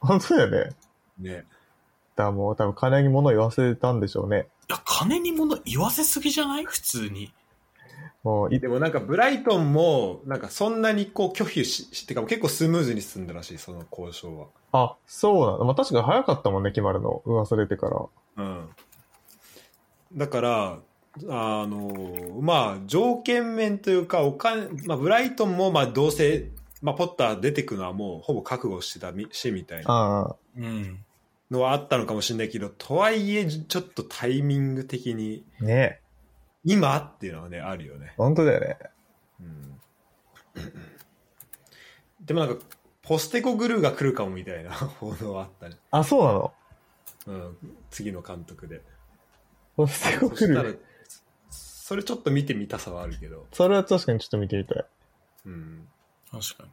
本当だよね。ねだからもう多分金に物言わせたんでしょうね。いや、金に物言わせすぎじゃない普通に。もうい、でもなんかブライトンもなんかそんなにこう拒否ししてかも結構スムーズに進んだらしいその交渉はあ、そうなの。まあ、確か早かったもんね、決まるの。噂出てから。うんだからあのまあ条件面というかお金、まあ、ブライトンもまあどうせ、まあ、ポッター出てくのはもうほぼ覚悟してたみしみたいなあうん。のはあったのかもしれないけど、とはいえ、ちょっとタイミング的に、あ、ね今っていうのはね、あるよね。本当だよね。うん、でもなんか、ポステコグルーが来るかもみたいな *laughs* 報道はあったね。あ、そうなの。うん、次の監督で。ポステコそし来たらる。、それちょっと見てみたさはあるけど、それは確かにちょっと見てみたい。うん、確かに。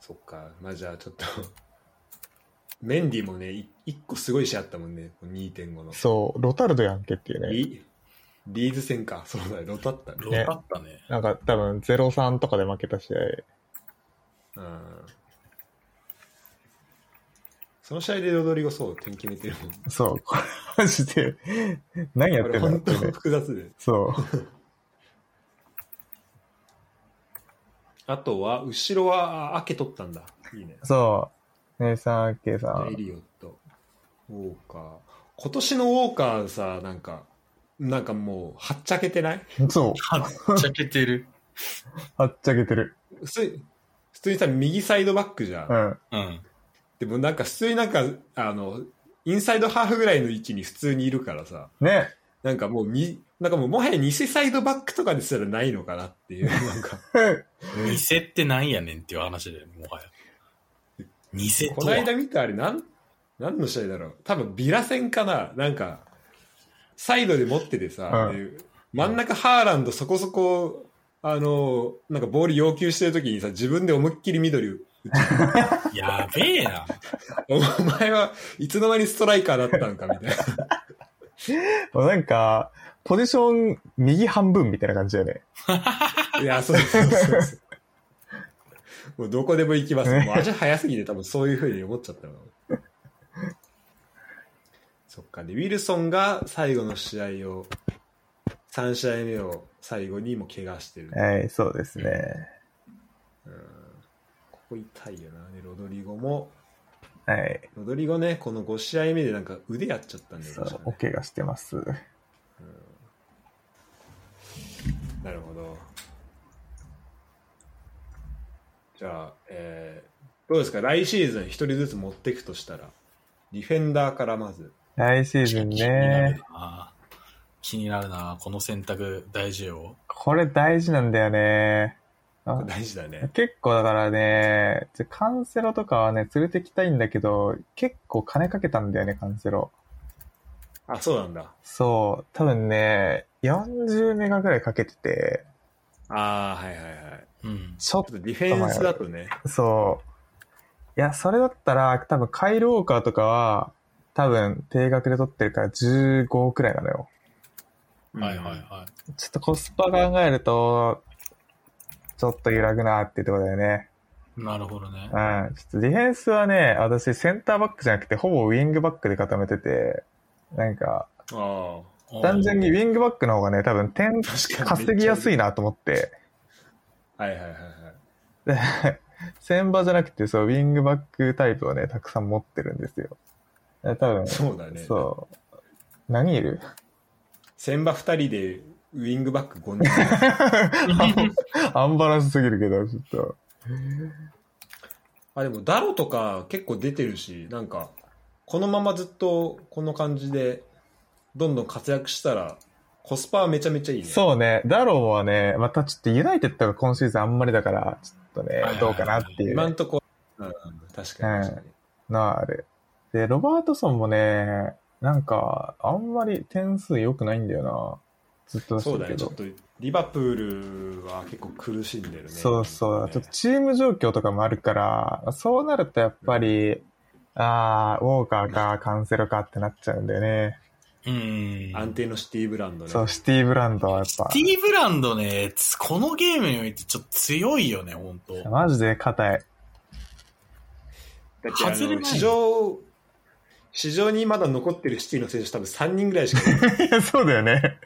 そっか。まあじゃあちょっと、メンディもね、い一個すごい試合あったもんね、2.5の。そう、ロタルドやんけっていうね。リリーズ戦か。そうだよ、ロタったね。ロタったね。なんか多分0-3とかで負けた試合。うんその試合でロドリゴそう点決めてるもん。そう、これ *laughs* マジで、何やっこれてんだろう本って当ね複雑で。そう。あとは、後ろは、あアケ取ったんだ。いいね。そう。姉さん、ケイさエん。リオット、ウォーカー。今年のウォーカーさ、なんか、なんかもう、はっちゃけてないそう。はっちゃけて *laughs* る。はっちゃけてる。普通に、普通にさ、右サイドバックじゃん。うん。うん。でもなんか、普通になんか、あの、インサイドハーフぐらいの位置に普通にいるからさ、ね。 *laughs* なんかもうみ、なんかもう、もはや偽サイドバックとかですらないのかなっていう、なんか。偽ってなんやねんっていう話で、もはや。偽ことのは。間見たあれなん、なんの試合だろう。多分ビラ戦かな。なんか、サイドで持っててさ、うんで真ん中ハーランドそこそこ、あの、なんかボール要求してる時にさ、自分で思いっきり緑打ち、やべえな。お前はいつの間にストライカーだったのかみたいな。なんか、ポジション右半分みたいな感じだよね。いや、そうそうそうそう。もうどこでも行きます。もう足早すぎて多分そういうふうに思っちゃったの。そっか。で、ウィルソンが最後の試合を、3試合目を最後にもう怪我してる。はい、そうですね。うん、ここ痛いよな。で、ロドリゴも、はい。ロドリゴね、この5試合目でなんか腕やっちゃったんだよそ確う、かおね怪我してます。なるほど。じゃあ、えーどうですか来シーズン一人ずつ持っていくとしたら、ディフェンダーからまず。来シーズン気になねる。な気になるなこの選択大事よ。これ大事なんだよね。あ大事だね。結構だからね、じゃカンセロとかはね、連れてきたいんだけど、結構金かけたんだよね、カンセロ。あ、そうなんだ。そう、多分ね、40メガぐらいかけてて、ああ、はいはいはい。うん。ちょっちょっとディフェンスだとね。と、そう。いや、それだったら、多分カイル・ウォーカーとかは、多分定額で取ってるから15くらいなのよ。はいはいうんはちょっとコスパ考えると、ちょっと揺らぐなっていうところだよね。い。なるほどね。うん。ちょっとディフェンスはね、私センターバックじゃなくて、ほぼウィングバックで固めてて、なんか、あ単純にウィングバックの方がね、多分点あ、確かに。稼ぎやすい。いなと思って、 *laughs* はいはいはいはい。で先場じゃなくて、そう、ウィングバックタイプをね、たくさん持ってるんですよ。え多分、そうだね。そう。何いる *laughs* 千葉二人でウィングバック5人。 *laughs* アンバランスすぎるけど、ちょっと。あ、でもダロとか結構出てるし、なんか、このままずっとこの感じで、どんどん活躍したら、コスパはめちゃめちゃいいね。そうね、ダローはね、またちょっとユナイテッドが今シーズンあんまりだから、ちょっとねはい、どうかなっていう今のんとこ、うん、確かに確かに。はある。で、ロバートソンもね、なんか、あんまり点数良くないんだよな。ずっと出しそうてだるけね、ちょどっ。とリバプールは結構苦しんでるね。そうそう。ちょっとねチーム状況とかもあるから、そうなるとやっぱり、ああ、ウォーカーかカンセロかってなっちゃうんだよね。うん。安定のシティブランドね。そう、シティブランドはやっシぱテ、ィブランドね、つこのゲームにおいてちょっと強いよね、本当マジで硬い。だってあの外れない市場、市場にまだ残ってるシティの選手多分3人ぐらいしかいない。いや、 *laughs* そうだよね。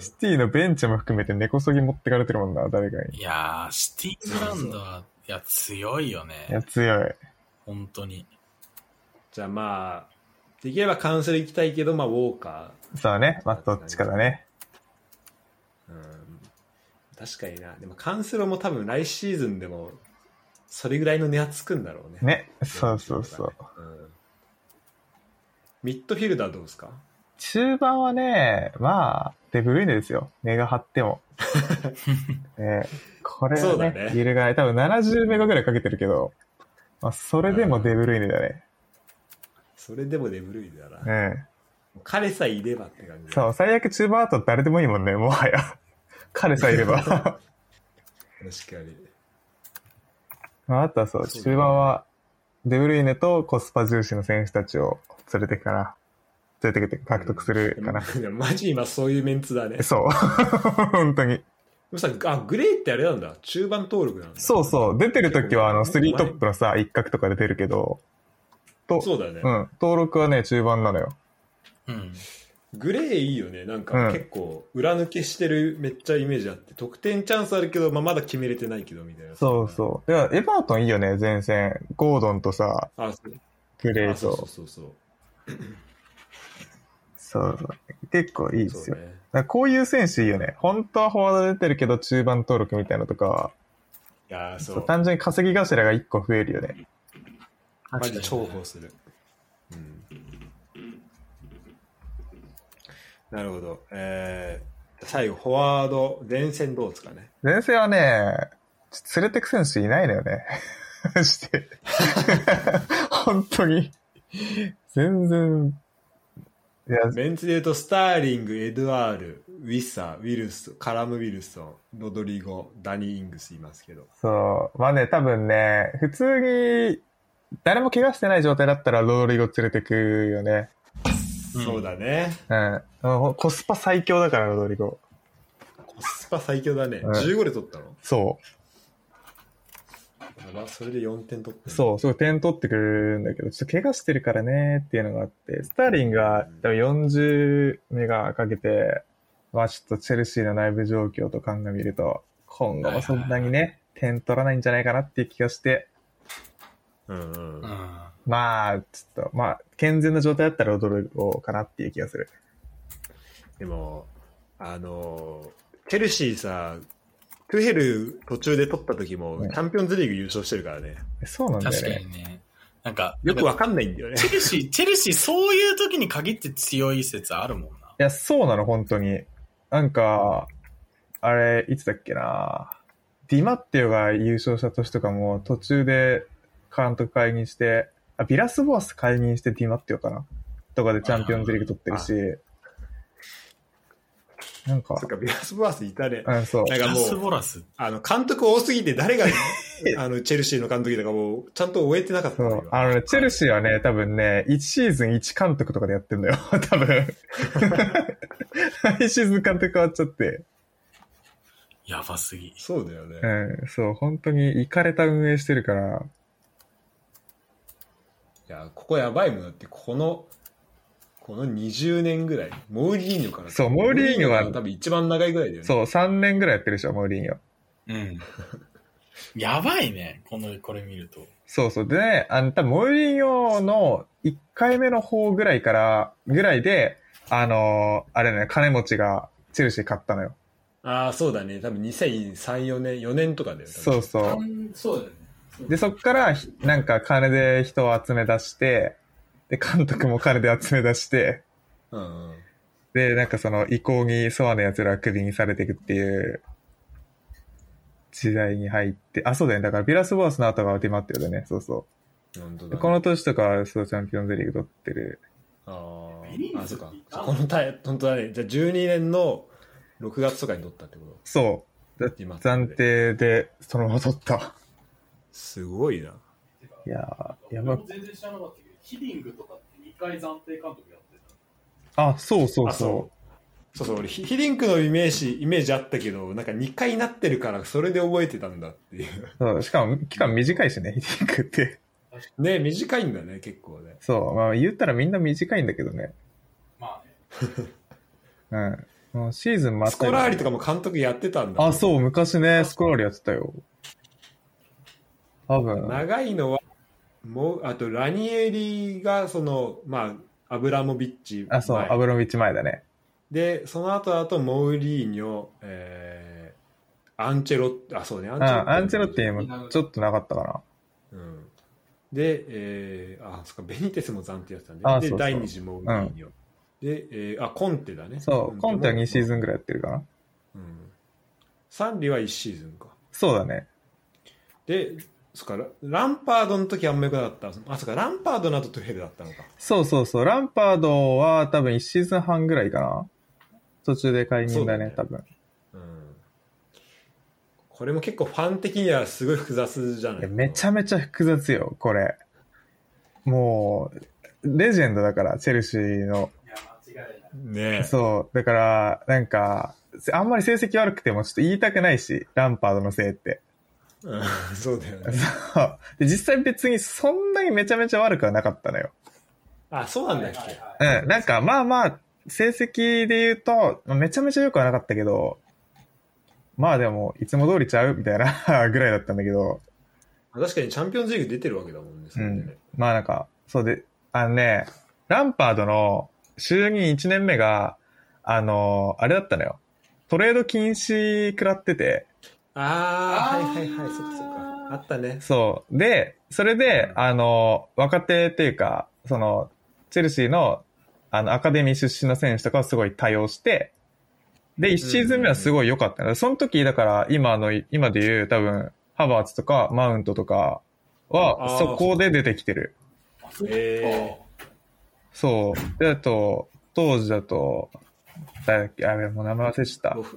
シティのベンチも含めて根こそぎ持ってかれてるもんな、誰かに。いやー、シティブランドは、いや、強いよいや、ね。強い。本当に。じゃあまあ、できればカウンセル行きたいけど、まあウォーカそうね。まあ、どっちかだね。ー。うん、確かにな。でもカウンセルも多分来シーズンでも、それぐらいの値はつくんだろうね。ね。そうそうそう。うん。ミッドフィルダーどうですか中盤はね、まあ、デブルイネですよ。根が張っ *laughs* ても。ね、これそはうだねね、揺るがない。多分70メガぐらいかけてるけど、まあ、それでもデブルイネだね。それでもデブルイだな。うん。彼さえいればって感じ。そう、最悪中盤あと誰でもいいもんね、もはや。彼さえいれ *laughs* ば。確かに。まあ、あとはそう、そうだね中盤は、デブルイネとコスパ重視の選手たちを連れてくから、連れてきて獲得するかな。でもマジ今そういうメンツだね。でそう。 *laughs* 本当に。もさ、あ、グレーってあれなんだ。中盤登録なんだ。そうそう。出てる時は、あの、結構3トップのさ、一角とかで出るけど、と、そうだね。うん。登録はね、中盤なのよ。うん。グレーいいよね。なんうかん結構裏抜けしてるめっちゃイメージあって、得点チャンスあるけど、まあ、まだ決めれてないけどみたいな。そうそう。いや、エバートンいいよね、前線。ゴードンとさ、う。あ、そうグレあイそうそうと。そうそう。そうそう。結構いいですそうよ。だね。からこういう選手いいよね。本当はフォワード出てるけど、中盤登録みたいなのとか、いやーそそうう。単純に稼ぎ頭が1個増えるよね。マジ重宝する。うん。なるほど。えー、最後、フォワード、前線どうですかね。前線はね、ちょ連れてく選手いないのよね。 *laughs* して。 *laughs* 本当に。全然。いや、メンツで言うと、スターリング、エドワール、ウィッサー、ウィルス、カラム・ウィルソン、ロドリゴ、ダニー・イングスいますけど。そう。まあね、多分ね、普通に、誰も怪我してない状態だったらロドリゴ連れてくよね。うんそうだね。うん。もうコスパ最強だから、ロドリゴ。コスパ最強だね。うん15で取ったのそやばそれで4点取ってう。そう、すごい点取ってくれるんだけど、ちょっと怪我してるからねっていうのがあって、スターリンが多分40メガかけて、まあちょっとチェルシーの内部状況と鑑みると、今後もそんなにね、点取らないんじゃないかなっていう気がして、うんうん。うん。まあ、ちょっと、まあ、健全な状態だったら驚こうかなっていう気がする。でも、あのー、チェルシーさ、クヘル途中で取った時も、ねチャンピオンズリーグ優勝してるからね。そうなんだよ確かね。にね。なんか、よくわかんないんだよね。チェルシー、チェルシー、そういう時に限って強い説あるもんな。いや、そうなの、本当に。なんか、あれ、いつだっけな。ディマッテオが優勝した年とかも、途中で監督解任して、あ、ビラスボアス解任してディマッテオかなとかでチャンピオンズリーグ取ってるし、なんかそっ、か、ビラスボアスいたね。うん、そう。なんかラスもう、ボラス。あの、監督多すぎて誰が、あの、チェルシーの監督とかもう、ちゃんと終えてなかったそのうよ。。あのね、チェルシーはね、多分ね、1シーズン1監督とかでやってんだよ、 *laughs* 多分。1シーズン監督変わっちゃって。やばすぎ。そうだよね。うん、そう、本当に行かれた運営してるから、いや、ここやばいもんだって、この、この20年ぐらい、モーリーニョから。そうモーリーニョはモが多分一番長いぐらいだよね。そう、3年ぐらいやってるでしょ、モーリーニョ。うん。 *laughs* やばいね。この、これ見ると。そうそう。でね、あの、多分モーリーニョの1回目の方ぐらいから、ぐらいで、あのーあれね、金持ちがチェルシー買ったのよ。ああ、そうだね。多分2003、4年、4年とかだよね。そうそそうだよね。う。で、そっから、ひなんか金で人を集め出して、で、監督も金で集め出して、うんうん。で、なんかその、移行にソアの奴らはクビにされていくっていう、時代に入って、あ、そうだよね。だから、ビラスボアスの後がディマってるよね。そうそう。本当だ、でね。この年とかはそうチャンピオンズリーグ取ってる。あベリーーズあ、そうか。このタイ、本当だね。じゃあ12年の6月とかに取ったってことそう。だ今暫定でそのまま取った。すごいな。いやー、俺やばも全然知らなかったけど、ヒディングとかって2回暫定監督やってた。あ、そうそうあそそそうそう、俺、ヒヒリンクのイメージ、イメージあったけど、なんか2回なってるから、それで覚えてたんだっていう。 *laughs* う。そうしかも、期間短いしね、ヒディンクって。ね、短いんだね、結構ね。そう。まあ、言ったらみんな短いんだけどね。まあね、うん。もうシーズンまスコラーリとかも監督やってたんだ。あ、そう、昔ね、スコラーリやってたよ。多分。長いのは、もう、あと、ラニエリが、その、まあ、アブラモビッチ。あ、そう、前アブロミッチ前だね。で、その後だと、モウリーニョ、えー、アンチェロッ、あ、そうね、アうん、アンチェロッテてィもちょっとなかったかうん。で、えー、あ、そっか、ベニテスも暫定やってたんで、あで、そうそう第二次モウリーニョ。で、えー、あ、コンテだね。な。そう、コンテは2シーズンぐらいやってるかな。ン。うん。サンリは1シーズンか。そうだね。で、そっか、ラランパードの時あんま良くなかった。あ、そっか、ランパードの後トゥヘルだったのか。そうそうそう。ランパードは多分1シーズン半ぐらいかな。途中で解任だね、そ多う分。うん。これも結構ファン的にはすごい複雑じゃないいやめちゃめちゃ複雑よ、これ。もう、レジェンドだから、チェルシーの。いや、間違いない。ねえそう。だから、なんか、あんまり成績悪くてもちょっと言いたくないし、ランパードのせいって。うん *laughs* そうだよね。そうで、実際別にそんなにめちゃめちゃ悪くはなかったのよ。あ、そうなんだっはいけ。はいうん。なんか、まあまあ、成績で言うと、まあめちゃめちゃ良くはなかったけど、まあでも、いつも通りちゃうみたいな *laughs* ぐらいだったんだけど、確かにチャンピオンズリーグ出てるわけだもんね、それでねまあなんか、そうで、あのね、ランパードの就任1年目が、あの、あれだったのよ。トレード禁止食らってて、ああ、あーはいはいはい、そっかそっか。あったね。そう。で、それで、あの、若手っていうか、その、チェルシーの、あの、アカデミー出身の選手とかをすごい多用して、で、1シーズン目はすごい良かったの。その時、だから、今の、今で言う、多分、ハバーツとか、マウントとかあは、ーそこで出てきてる。えそう。で、あと、当時だと、誰だっけ、あれ、もう名前忘れちゃっー、ロた。フ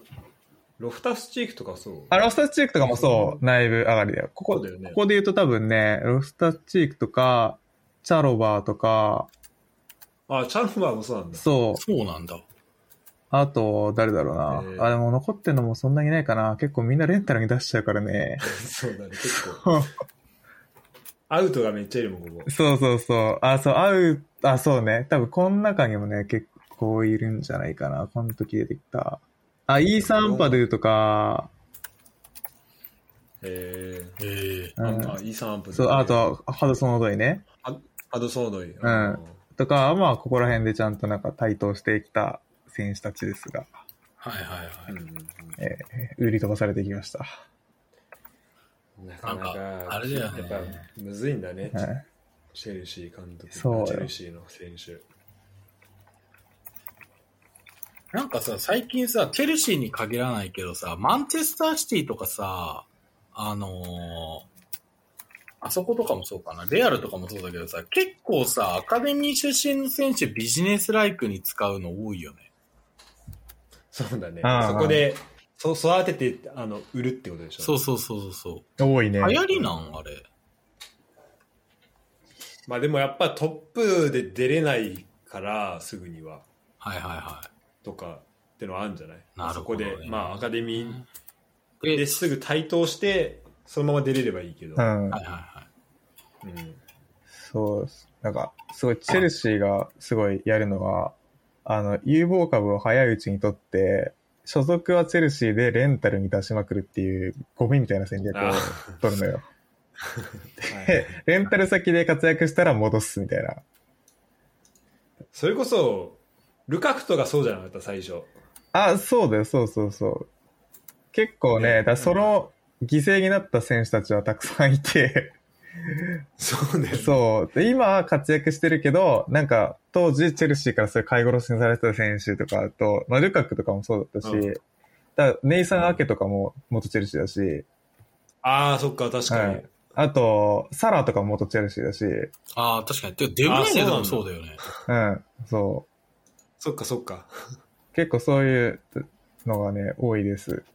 ロフタスチークとかそう。あ、ロスタスチークとかもそう、内部上がりだよ。こそこうだよねここで言うと多分ね、ロスタスチークとか、チャロバーとか、あ、チャンバーもそうなんだ。そそうなんだ。あと、誰だろうな。えーあ、でも残ってんのもそんなにいないかな。結構みんなレンタルに出しちゃうからね。 *laughs* そうだね、結構。アウトがめっちゃいるもん、ここ。そうそうそう。あ、そう、合う、あ、そうね。多分この中にもね、結構いるんじゃないかな。この時出てきた。あ、イーサンパドゥとか、えーええうんあ、イーサンアンプそう、あ、と、ハドソン・オドイね。アドソードイ。んとか、まあ、ここら辺でちゃんとなんか対等してきた選手たちですが、はいはいはうい。ん売り飛ばされていきました。なかななんか、かあれだよねやっぱ、むずいんだね。はい。チェルシー監督。そうよチェルシーの選手。なんかさ、最近さ、チェルシーに限らないけどさ、マンチェスターシティとかさ、あのーあそことかもそうかな、レアルとかもそうだけどさ、結構さ、アカデミー出身の選手ビジネスライクに使うの多いよね。そうだねあ。ーそこで、そ育てて、あの、売るってことでしょ。そうそうそうそう。多いね。流行りなんあれ。まあでもやっぱトップで出れないから、すぐには、はいはいはとか、ってのはあるんじゃないなるほどねそこで、まあアカデミーい。で、ですぐ対等して、そのまま出れればいいけど。うんは。いはいはい。うんそうです。なんか、すごい、チェルシーがすごいやるのは、あの、有望株を早いうちに取って、所属はチェルシーでレンタルに出しまくるっていう、ゴミみたいな戦略をあ取るのよ。はいはいレンタル先で活躍したら戻すみたいな。それこそ、ルカクとかそうじゃなかった、最初。あ、そうだよ、そうそうそう。結構ね、ねだからその犠牲になった選手たちはたくさんいて、そうだよね。そう。で、今活躍してるけど、なんか、当時チェルシーからそういう買い殺しにされてた選手とかあと、まあ、ルカクとかもそうだったし、うんだからネイサン・アケとかも元チェルシーだし、ああ、そっか、確かに。はいあと、サラーとかも元チェルシーだし、ああ、確かに。てか、デブレーネとかもそうだよね。うん、そそっか、そっか。う。結構そういうのがね、多いです。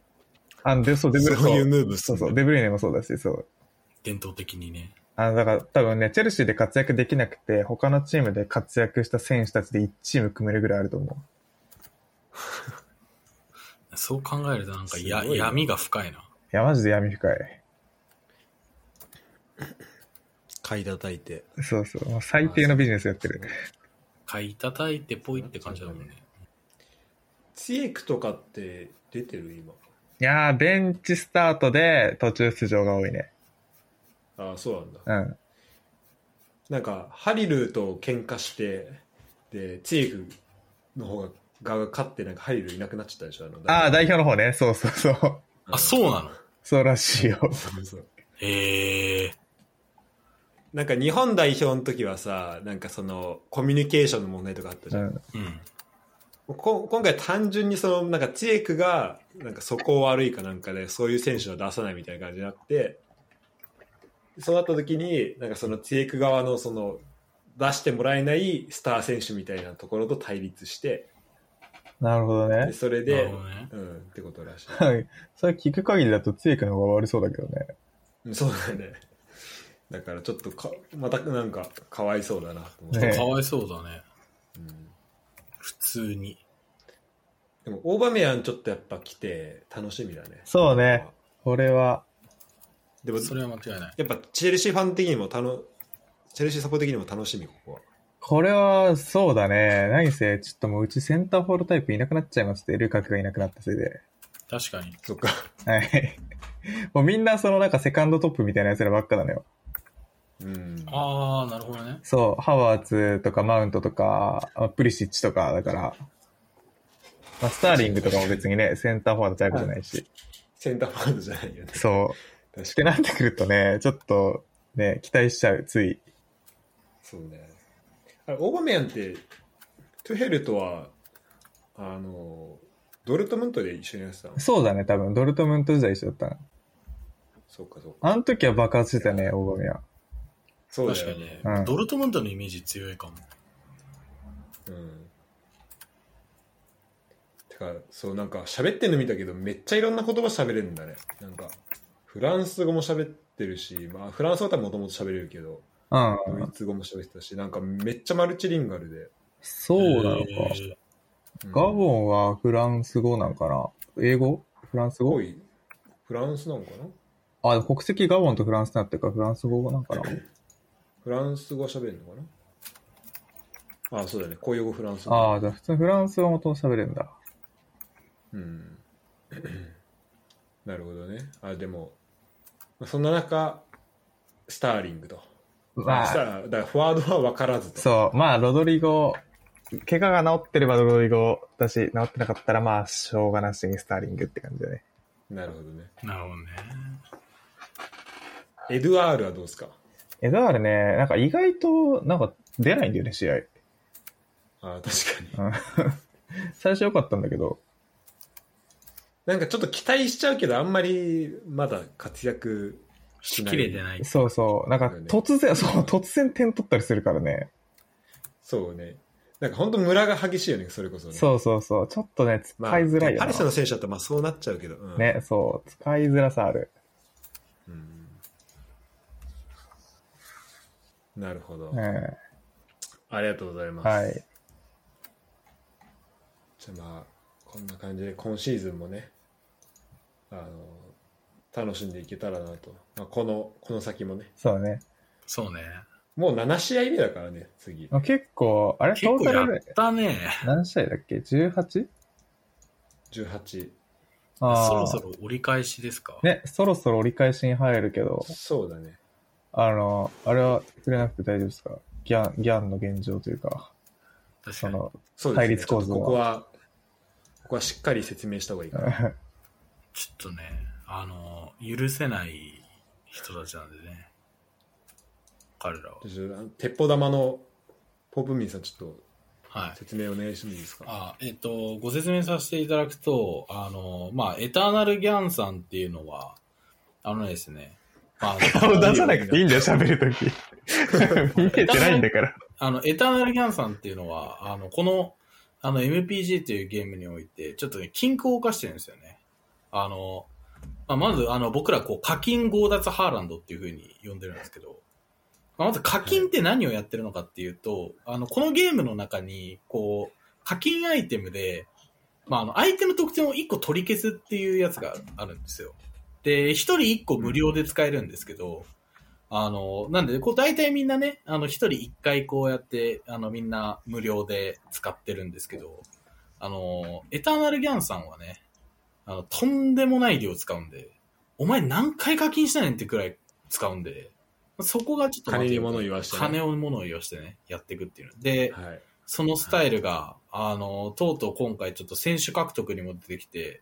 あの、で、そう、デブレそういうそうムーブそうそう、でデブレイネもそうだし、そう。伝統的にね。あの、だから多分ね、チェルシーで活躍できなくて、他のチームで活躍した選手たちで1チーム組めるぐらいあると思う。そう考えるとなんかや、すごいね闇が深いな。いや、マジで闇深い。買い叩いて。そうそう。もう最低のビジネスやってる。買い叩いてぽいって感じだもんね。ツィエクとかって出てる今。いやー、ベンチスタートで途中出場が多いね。ああ、そうなんだ。うん。なんか、ハリルと喧嘩して、で、ツィエクの方が、側が勝って、なんかハリルいなくなっちゃったでしょ。のあー、代表の方ね。そうそうそう。あ、そうなのそうらしいよ。 *laughs* そうそうへえ。なんか日本代表の時はさ、なんかその、コミュニケーションの問題とかあったじうゃん。ん。うん。こ今回単純にそのなんかチエクがなんかそこ悪いかなんかでそういう選手は出さないみたいな感じになってそうなった時になんかそのチエク側のその出してもらえないスター選手みたいなところと対立してなるほどでね。それなるでほ、どね。うん、ってことらしいはい。それ聞く限りだと、ツイクの方が悪そうだけどね。うんそうだよねだからちょっとかまたなんかかわいそうだなと思って、ねえかわいそうだね。うん普通に。でもオーバメヤンちょっとやっぱ来て楽しみだねそうねこれは、でもそれは間違いない。やっぱチェルシーファン的にもたのチェルシーサポー的にも楽しみここはこれは、そうだね。何せ、ちょっともううちセンターフォールタイプいなくなっちゃいまして、ルカクがいなくなったせいで。確かに。そっかはい。 *laughs* もうみんなそのなんかセカンドトップみたいなやつらばっかなのよ。うんああ、なるほどね。そう、ハワーツとかマウントとか、あプリシッチとかだから、まあ、スターリングとかも別にね、センターフォワードタイプじゃないし、センターフォワードじゃない *laughs* よねそう。っ確てかになってくるとね、ちょっとね、期待しちゃう、つい。そうねあれオーバメヤンってトゥヘルとはあのドルトムントで一緒にやってたのそうだね、多分、ドルトムント時代一緒だったな。そっかそっかあの時は爆発してたね、オーバメは。そう確だかよにねね。うんドルトムントのイメージ強いかも。うんてかそうなんか喋ってんの見たけどめっちゃいろんな言葉喋れるんだねなんかフランス語も喋ってるし、まあ、フランス語はもともと喋れるけどうドん。イツ語も喋ってたし、なんかめっちゃマルチリンガルで、そうなのか。へーガボンはフランス語なんかな英語フランスす語ごい。フランスなのかなあ、でも国籍ガボンとフランスになってるからフランス語なんかなフランス語喋るのかなあそうだね。公用語フランス語。ああ、じゃあ普通にフランス語もとも喋れるんだ。うん。 *coughs* なるほどね。あ、でも、まあそんな中、スターリングと。まスタあ、ーだからフォワードは分からずと。そう、まあ、ロドリゴ、怪我が治ってればロドリゴだし、治ってなかったらまあ、しょうがなしにスターリングって感じだね。なるほどね。なるほどね。エドゥアールはどうですかエドワールね、なんか意外と、なんか出ないんだ *laughs* よね、試合。あ確かに。最初良かったんだけど、なんかちょっと期待しちゃうけど、あんまりまだ活躍ししないきれてない。そうそう、なんか突然、そう、突然点取ったりするからね。そうね。なんか本当ムラが激しいよね、それこそね。そうそうそう、ちょっとね、使まあいづらいよパなレスの選手だったらまあそうなっちゃうけど。うん、ね、そう、使いづらさある。うん。なるほど、うんありがとうございます。はい。じゃあまあ、こんな感じで今シーズンもね、あの、楽しんでいけたらなと。まあ、この、この先もね。そうだね。そうね。もう7試合目だからね、次。まあ結構、あれ、結トー構タやっルでたね。何試合だっけ ?18? 18。ああ。そろそろ折り返しですか。ね、そろそろ折り返しに入るけど、そうだね。あの、あれは触れなくて大丈夫ですかギャン、ギャンの現状というか、確そかに。の、そうです対ね。立構図ちょはっとここは、ここはしっかり説明した方がいいかな。ちょっとね、あの、許せない人たちなんでね。彼らは。ちょっとあの鉄砲玉のポープミンさん、ちょっはいと。説明お願いしてもいいですか。あえっ、と、ご説明させていただくと、あの、まあ、エターナルギャンさんっていうのは、あのですね、まあ、顔出さなくていいんだよ、喋ると *laughs* き。見えてないんだから。あの、エターナルギャンさんっていうのは、あの、この、あの、MPG というゲームにおいて、ちょっとね、均衡化してるんですよね。あの、まあ、まず、あの、僕ら、こう、課金強奪ハーランドっていうふうに呼んでるんですけど、まあまず課金って何をやってるのかっていうと、あの、このゲームの中に、こう、課金アイテムで、まあ、あの、相手の得点を1個取り消すっていうやつがあるんですよ。で、1人1個無料で使えるんですけど、あの、なんで、こう、大体みんなね、あの、一人一回こうやって、あの、みんな無料で使ってるんですけど、あの、エターナルギャンさんはね、あの、とんでもない量使うんで、お前何回課金したねんってくらい使うんで、そこがちょっと金に物を言わしてね金を物を言わしてね、やっていくっていうの。で、はい。そのスタイルが、あの、とうとう今回ちょっと選手獲得にも出てきて、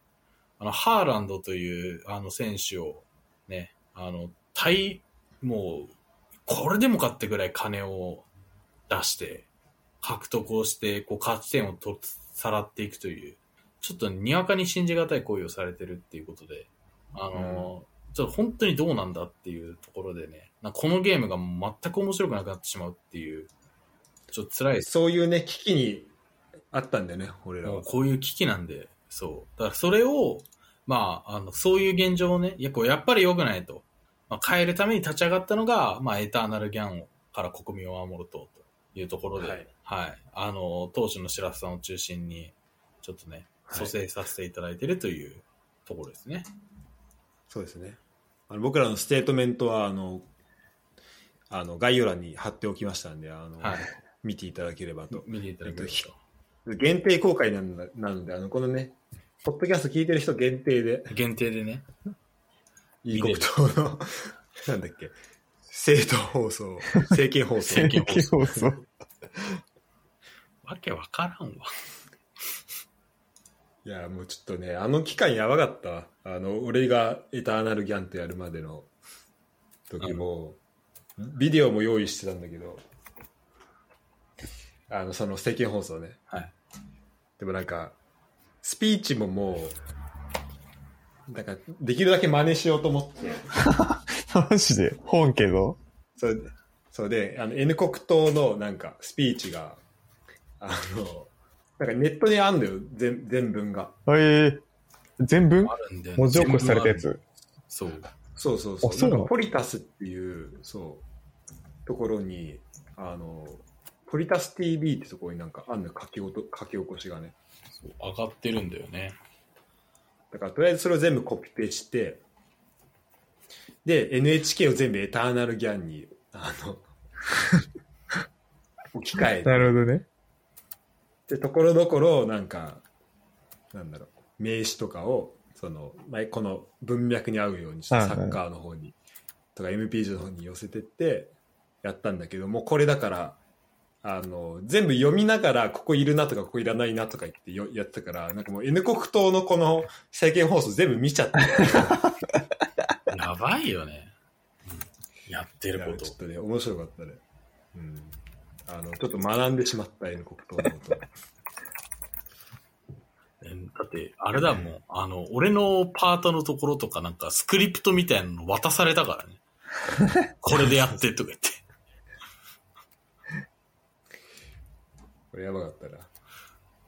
あの、ハーランドという、あの、選手を、ね、あの、対、もう、これでもかってぐらい金を出して、獲得をして、こう、勝ち点をとっさらっていくという、ちょっとにわかに信じがたい行為をされてるっていうことで、あの、ちょっと本当にどうなんだっていうところでね、なんかこのゲームが全く面白くなくなってしまうっていう、ちょっと辛いそういうね、危機にあったんだよね、俺らもうは。こういう危機なんで、そう。だからそれを、まあ、あの、そういう現状をね、いやこうやっぱり良くないと。まあ、変えるために立ち上がったのが、まあ、エターナルギャンから国民を守ると、というところで、ははいい。あの、当時の白洲さんを中心に、ちょっとね、はい蘇生させていただいてるというところですね。そうですね。あの僕らのステートメントは、あの、あの概要欄に貼っておきましたんで、あのはい。見ていただければと。見ていただけると。限定公開なんだなので、あのこのね、ポッドキャスト聞いてる人限定で、限定でね。異国党の、 *laughs* なんだっけ、政党放送、政見放送。政見そうそう。わけわからんわ。いや、もうちょっとね、あの期間やばかったわ。あの、俺がエターナルギャンってやるまでの時も、ビデオも用意してたんだけど、あの、その政見放送ね。はい。でもなんか、スピーチももう、なんか、できるだけ真似しようと思って、マジで本けど。それそれで、あの、N 国党のなんか、スピーチが、あの、なんかネットにあんだよ、全全文が。ええ全文あるんで、文字起こしされたや全部ある。つ。そう。そうそうそう。あそうななのんかポリタスっていう、そう、ところに、あの、プリタス TV ってところになんかあんのよ書きおと書き起こしがね。そう上がってるんだよね。だからとりあえずそれを全部コピペして、で、NHK を全部エターナルギャンに、あ *laughs* の、置き換えてな、るほどね。で、ところどころ、なんか、なんだろう、名詞とかを、その、前この文脈に合うようにして、はいはいサッカーの方に、とか MPG の方に寄せてって、やったんだけど、もうこれだから、あの、全部読みながら、ここいるなとか、ここいらないなとか言ってよやってたから、なんかもう N 国党のこの政見放送全部見ちゃって、やばいよね。うんやってるこちょっと。とね、面白かったね。うん。あの、ちょっと学んでしまった、N 国党のこと。えだって、あれだもん。あの、俺のパートのところとかなんかスクリプトみたいなの渡されたからね。これでやってとか言って。これやばかったな。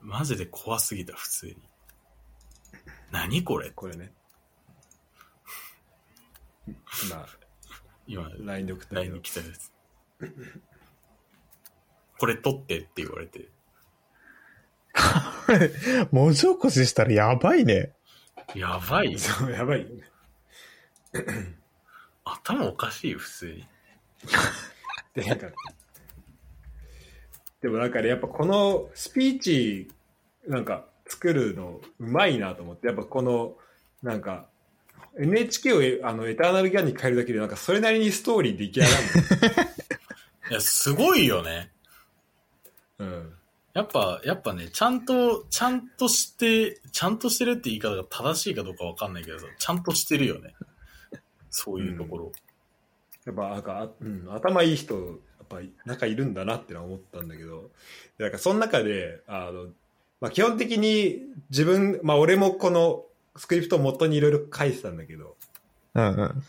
マジで怖すぎた、普通に。何これこれね。まあ、今、 LINE で送ったけ LINE どに。来たやつ。これ取ってって言われて。これ、文字起こししたらやばいね。やばいよ。そう、やばいよね。頭おかしいよ、普通に。で、なんか、でもなんかね、やっぱこのスピーチ、なんか作るのうまいなと思って、やっぱこの、なんか、NHK をあのエターナルギャンに変えるだけで、なんかそれなりにストーリー出来上がいや、すごいよね。るの。うん。やっぱ、やっぱね、ちゃんと、ちゃんとして、ちゃんとしてるって言い方が正しいかどうかわかんないけどさ、ちゃんとしてるよね。そういうところ。やっぱなんか、あうん、頭いい人、やっぱ中いるんだなってのは思ったんだけど、でなんかその中で、あの、まあ、基本的に自分、まあ俺もこのスクリプトを元にいろいろ書いてたんだけど、うんうん。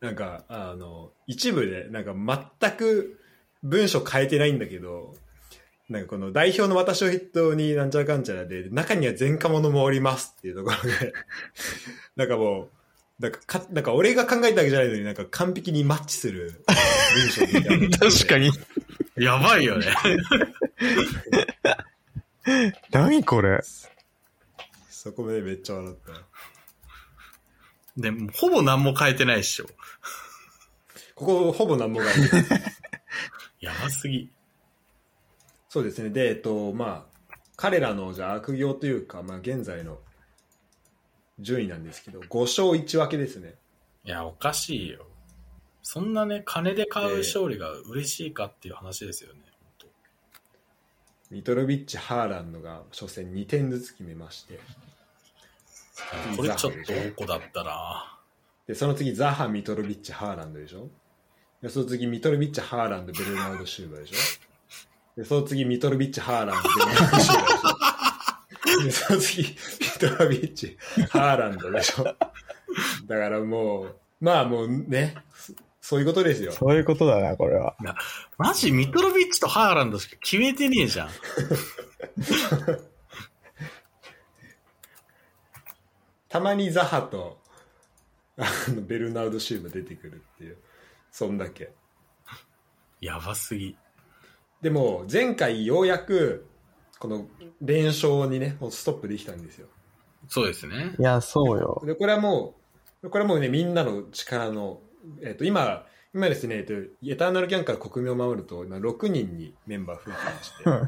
なんか、あの、一部で、なんか全く文章変えてないんだけど、なんかこの代表の私を筆頭になんちゃらかんちゃらで、中には前科者もおりますっていうところで、 *laughs* なんかもう、なんかか、なんか俺が考えたわけじゃないのになんか完璧にマッチする文章みたいな。確かに。やばいよね。 *laughs* 何これ。そこでめっちゃ笑った。で、もうほぼ何も変えてないっしょ。ここほぼ何もがやばすぎ。そうですね。で、えっと、まあ、彼らの、じゃあ悪行というか、まあ、現在の順位なんですけど、5勝1分けですね。いや、おかしいよ。そんなね、金で買う勝利が嬉しいかっていう話ですよね。ミトロビッチ、ハーランドが初戦2点ずつ決めまして、これちょっとおこだったな。でその次、ザハ、ミトロビッチ、ハーランドでしょでその次、ミトロビッチ、ハーランド、ベルナード・シューバーでしょで、その次、ミトロビッチ、ハーランド、ベルナード・シューバーでしょで、その次、ミトロビッチ、ハーランドでしょだからもう、まあもうね、そそういうことですよ。そういうことだな、これは。マジ、ミトロビッチとハーランドしか決めてねえじゃん。たまにザハとあのベルナード・シューバー出てくるっていう、そんだけ。やばすぎ。でも前回ようやくこの連勝にねもうストップできたんですよそうですねい。や、そうよ。でこれはもうこれはもうねみんなの力の、えっと今今ですね、えっと、エターナルギャンから国民を守ると今6人にメンバー増えてましてうん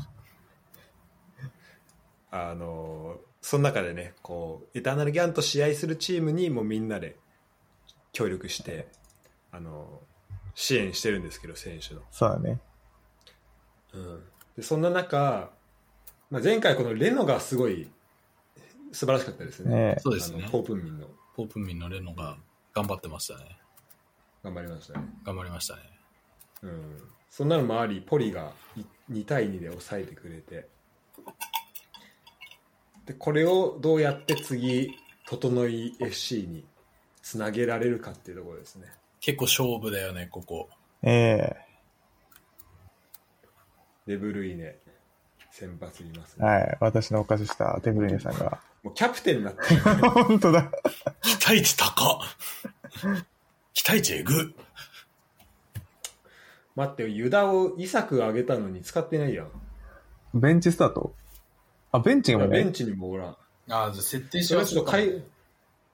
あのその中でねこうエターナルギャンと試合するチームにもうみんなで協力してあの支援してるんですけど選手のそうだね。うんでそんな中、まあ、前回このレノがすごい素晴らしかったですね。ねえそうですねあのポープンミンのポープミンのレノが頑張ってましたね。頑張りましたね。頑張りましたね。うん。そんなのもあり、ポリがい2対2で抑えてくれて。で、これをどうやって次、整い FC につなげられるかっていうところですね。結構勝負だよね、ここ。ええデブルイネ、先発いますね。はい。私のお貸ししたデブリネさんが。もうキャプテンになってる *laughs* 本当だ。期待値高っ期待値えぐ待ってよ、ユダをイサク上げたのに使ってないやん。ベンチスタートあ、ベンチがもうベンチにもおらん。ああ、じゃあ設定しそれ忘はれちょっとたかねい、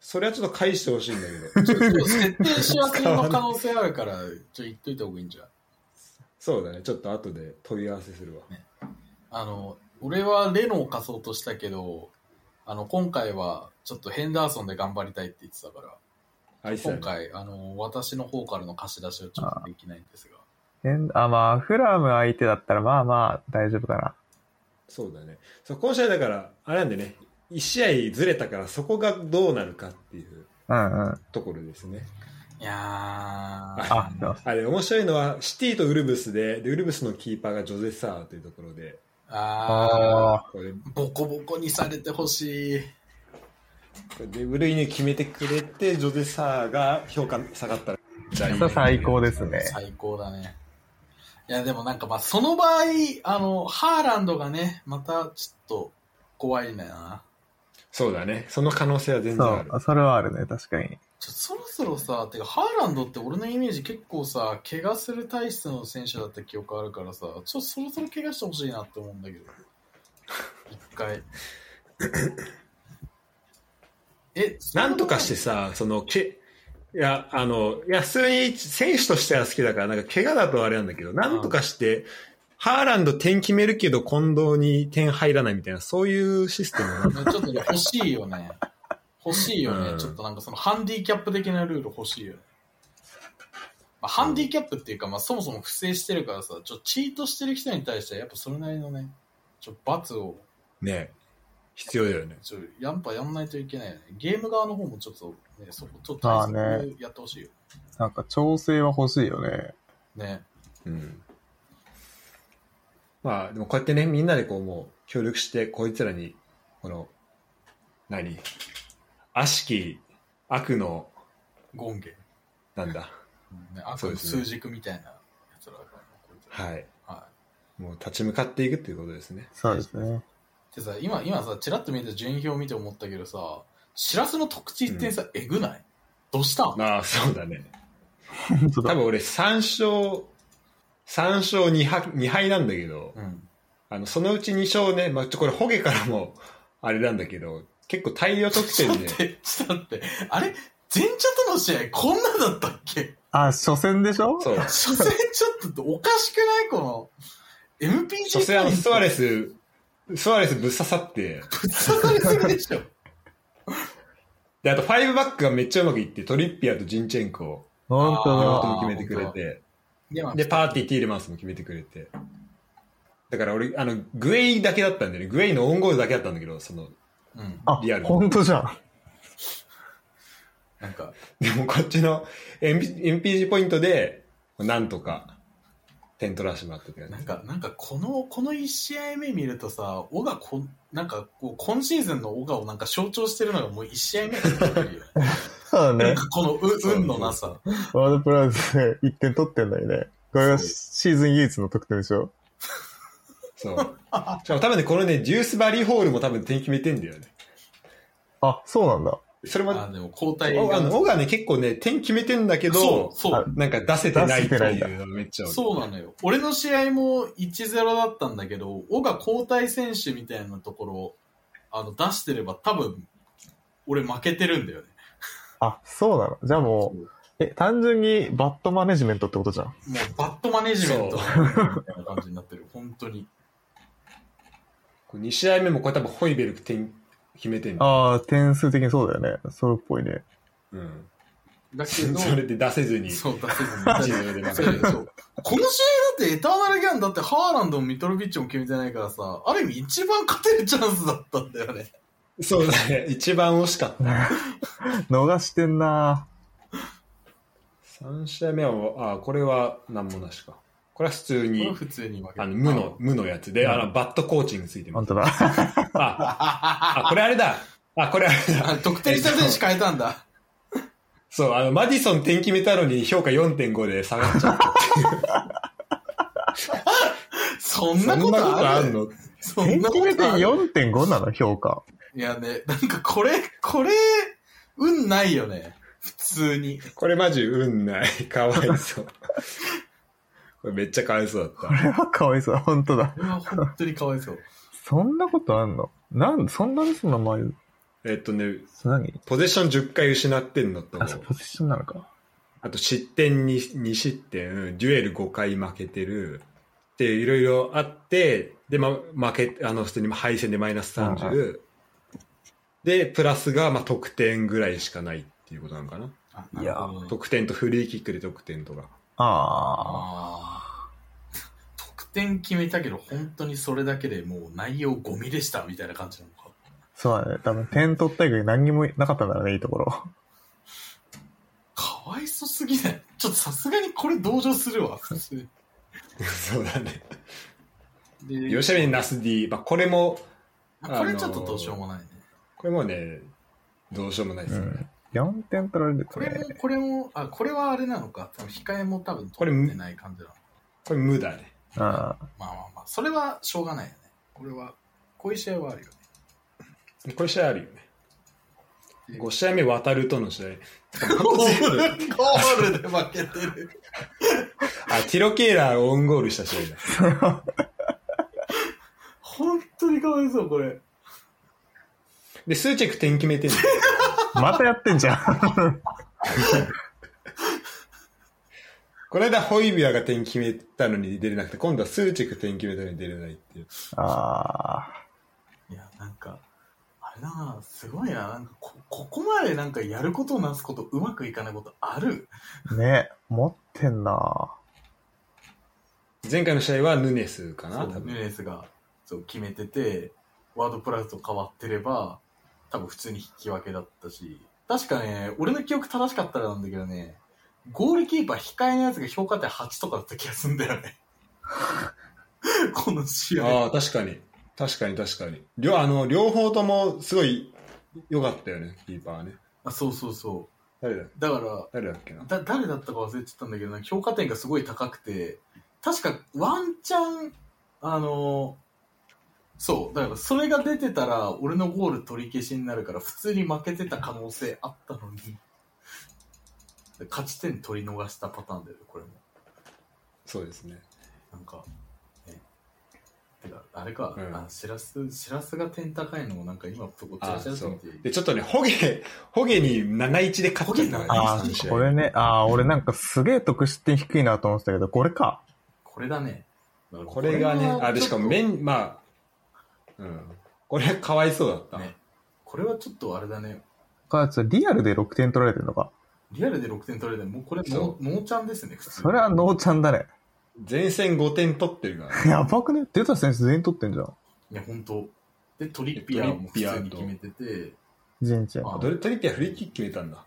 それはちょっと返してほしいんだけど。ちょっ *laughs* と設定し忘れの可能性あるから、ちょ、言っといた方がいいんじゃん。そうだね、ちょっと後で問い合わせするわ。あの、俺はレノを貸そうとしたけど、あの、今回はちょっとヘンダーソンで頑張りたいって言ってたから、あいつ今回、あの、私の方からの貸し出しはちょっとできないんですが。えんあ、まあ、フラム相手だったら、まあまあ、大丈夫かな。そうだね。そう今試合だから、あれなんでね、1試合ずれたから、そこがどうなるかっていううんうん。ところですね。いやー、あ、そうあれ、面白いのは、シティとウルブスで、でウルブスのキーパーがジョゼ・サーというところで、あこれー、ボコボコにされてほしい。でブルイネ決めてくれて、ジョゼ・サーが評価下がったら、それ最高ですね。最高だね。いや、でもなんかまあ、その場合、あの、ハーランドがね、またちょっと怖いんだよな。そうだね。その可能性は全そ然ある。う、それはあるね、確かに。ちょそろそろさ、てか、ハーランドって俺のイメージ結構さ、怪我する体質の選手だった記憶あるからさ、ちょっとそろそろ怪我してほしいなって思うんだけど。一回。え、なんとかしてそさ、その、け、いや、あの、いや、普通に選手としては好きだから、なんか怪我だとあれなんだけど、なんとかして、ハーランド点決めるけど、近藤に点入らないみたいな、そういうシステムなのんなちょっとね欲しいよね。欲しいよね、うんちょっとなんかそのハンディキャップ的なルール欲しいよね。まあ、ハンディキャップっていうか、まあ、そもそも不正してるからさ、ちょチートしてる人に対してはやっぱそれなりのね、ちょ罰をね *laughs* 必要だよね。ちょやっぱやんないといけないよね。ゲーム側の方もちょっと、ね、そこちょっとまあ対ね策やってほしいよ。なんか、調整は欲しいよね。ね。うん。まあ、でもこうやってね、みんなでこう、もう、協力して、こいつらに、この、何悪しき悪の、ゴンゲ。なんだ。うんね、悪そうのですね数軸みたいなやつらが、こいつらはい。はもう立ち向かっていくっていうことですね。そうですね。い。でさ、今、今さ、ちらっと見た順位表を見て思ったけどさ、シラスの特地ってさ、えぐないどうしたんまあ、そうだね。本当多だ。分俺3勝、3勝2敗 ,2 敗なんだけど、うん。あの、そのうち2勝ね、まあ、ちょ、これ、ホゲからも、あれなんだけど、結構大量得ちょっ点でと待っ、て、ちょっと待って。あれ前茶との試合、こんなだったっけあ、初戦でしょそう。初戦ちょっとおかしくないこの、MPG 所詮あの、スワれレス、スワレスぶっ刺さって、ぶっ刺されすぎで *laughs* しょ。で、あと5バックがめっちゃうまくいって、トリッピアとジンチェンコを、本当両方とだ。も決めてくれて、でまあで、パーティー・ティールマンスも決めてくれて、だから俺、あの、グエイだけだったんだよね、グエイのオンゴールだけだったんだけど、その、うん。あリアル、に本当じゃん。なんか、でもこっちの MP- MPG ポイントで、なんとか点取らしてもらったって感じなんか、なんかこの、この1試合目見るとさ、オガこん、なんかこう、今シーズンのオガをなんか象徴してるのがもう1試合目から出てるよ *laughs* ねそうだ *laughs* なんね。かこのう運のなさ。ワールドプラウズで1点取ってんだよね。これがシーズン唯一の得点でしょ *laughs* そう。しかも多分ね、このね、デュースバリーホールも多分点決めてんだよね。あ、そうなんだ。それも、ああでも交代あの、が。オがね、結構ね、点決めてんだけそどう、、そう、なんか出せてないって出せてないいうのがめっちゃ多いそうなのよ。俺の試合も1-0だったんだけど、オガ交代選手みたいなところ、あの、出してれば多分、俺負けてるんだよね。あ、そうなの。じゃあもう、え、単純にバットマネジメントってことじゃん。もうバットマネジメントみそたいな感じになってる。本当に。これ2試合目もこれ多分ホイベルク点決めてんだよ。ああ、点数的にそうだよね。それっぽいね。うん。だけど、それで出せずに、そう、出せず1に。でそ負うけそうそうこの試合だってエターナルギャンだってハーランドもミトロビッチも決めてないからさ、ある意味一番勝てるチャンスだったんだよね。て。そうだね。一番惜しかった。逃してんな3試合目は、あ、これは何もなしか。これは普通これに、普通に負けたあの、無の、無のやつで、うんあの、バットコーチングついてま本す。当だ。あ、ああ、これあれだ。あ、これあれだ。あ得点した選手変えたんだ。そう、あの、マディソン点決めたのに評価4.5で下がっちゃった。そんなことあるのそ点んな決めこてとある4.5なの評価。いやね、なんかこれ、これ、運ないよね。普通に。 *laughs* これマジ運ない。かわいそう。これめっちゃかわいそうだこっれはかわいそう、本当だ。れは本当にかわいそう。そんなことあんのなん、そんなミスの前、た。えっとね、そ何ポゼッション10回失ってんのと、あ、そう、ポジションなのか。あと失点 2, 2失点、デュエル5回負けてるっていろいろあって、で、ま、負け、あの、普通に敗戦でマイナス30、うで、プラスが、ま、得点ぐらいしかないっていうことなのかな。あいやなるほど得点とフリーキックで得点とか。ああ。あー得点決めたけど、本当にそれだけでもう内容ゴミでしたみたいな感じなのか。そうだね。多分点取った以外何にもなかったんだろうね、いいところ。かわいそうすぎないちょっとさすがにこれ同情するわ。普通 *laughs* そうだね。にで吉見ナス D、まあ、これも、これちょっとどうしようもないね。これもね、どうしようもないでうすよね。ん。4点取られることれねも、。これも、あ、これはあれなのか。多分控えも多分これ取ってない感じなの。これ無だね。あまあまあまあ、それはしょうがないよね。これは、こういう試合はあるよね。これ試合あるよね。5試合目渡るとの *laughs* 試合。ゴールゴールで負けてる。あ、ティロケーラーオウンゴールした試合だ。本当にかわいそう、これ。で、スーチェク点決めてんの。あ。またやってんじゃん。この間ホイビアが点決めたのに出れなくて、今度はスーチェク点決めたのに出れないっていう。ああ。いや、なんか、あれだな、すごいな、なんかこ、ここまでなんかやることなすことうまくいかないことあるね、持ってんな。前回の試合はヌネスかな、そう多分ヌ。ネスがそう決めてて、ワードプラスと変わってれば、多分普通に引き分けだったし、確かね、俺の記憶正しかったらなんだけどね、ゴールキーパー控えのやつが評価点8とかだった気がするんだよ *laughs* ね。この試合。ああ、確かに。確かに確かに。両、あの、両方ともすごい良かったよね、キーパーはね。あそうそうそ誰だう。だから、誰だっけな。だ誰だったか忘れてたんだけどなんか評価点がすごい高くて確かワンチャンあのそうだからそれが出てたら俺のゴール取り消しになるから普通に負けてた可能性あったのにで勝ち点取り逃したパターンだよねこれもそうですね。なんかねてかあれか、うんあしらすしらすが点高いのもなんか今そこチあラあ、チラそと見うて。で、ちょっとね、ホゲ、ホゲに7-1で勝っちゃったホゲからあね7-1この試合あ、これね。ああ、俺なんかすげえ得失点低いなと思ってたけど、これか。これだねだからこれがね、はあ、で、しかも、メン、まあ、うん。これかわいそうだった。ねこれはちょっとあれだねかつ、リアルで6点取られてるのか。リアルで6点取れてもうこれノそーノーチャンですね、普通。それはノーちゃんだね。前線5点取ってるからね、 *laughs* やばくね出た選手全員取ってんじゃん。いや、本当で、トリッピアーも普通に決めてて、ジンちゃん。あドリトリッピアフリーキック決めたんだ。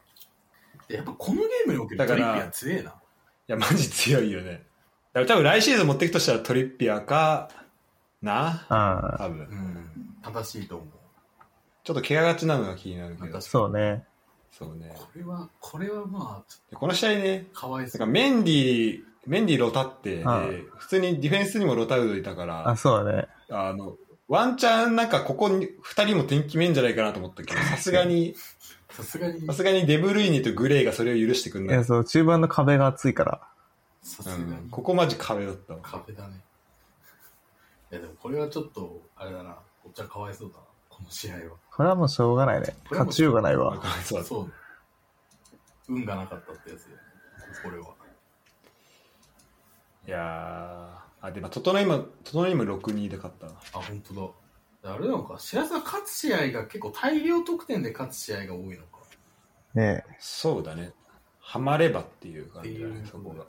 でやっぱこのゲームにおけるだトかリらッピアー強えな。いや、マジ強いよ *laughs* ね。だから多分来シーズン持っていくとしたらトリッピアかな、ああ、多う分。ん、正しいと思う。ちょっと怪我がちなのが気になるけなんどか。そうね。そうね。これは、これはまあ、ちょでこの試合ね、っとかわいなんそかう。メンディ、メンディロタって、でああ普通にディフェンスにもロタウドいたからあ、、そうだね。あの、ワンチャンなんかここに2人も点決めんじゃないかなと思ったけど、さすがに、さすがにさ、すがにデブルイネとグレイがそれを許してくんいないや、。そう、中盤の壁が厚いから。さすうがん、にここマジ壁だったわ。壁だね。いや、でもこれはちょっと、あれだな、こっちはかわいそうだな、この試合は。これはもうしょうがないね。これ勝はもうちようがないわ。あそうだそうね。運がなかったってやつだよね、これは。いやーあ、でも、整いも、整いも6-2で勝ったな。あ、本当だ。あれなのか、白洲は勝つ試合が結構大量得点で勝つ試合が多いのか。ねえそうだね。ハマればっていう感じだっていねう、そこが。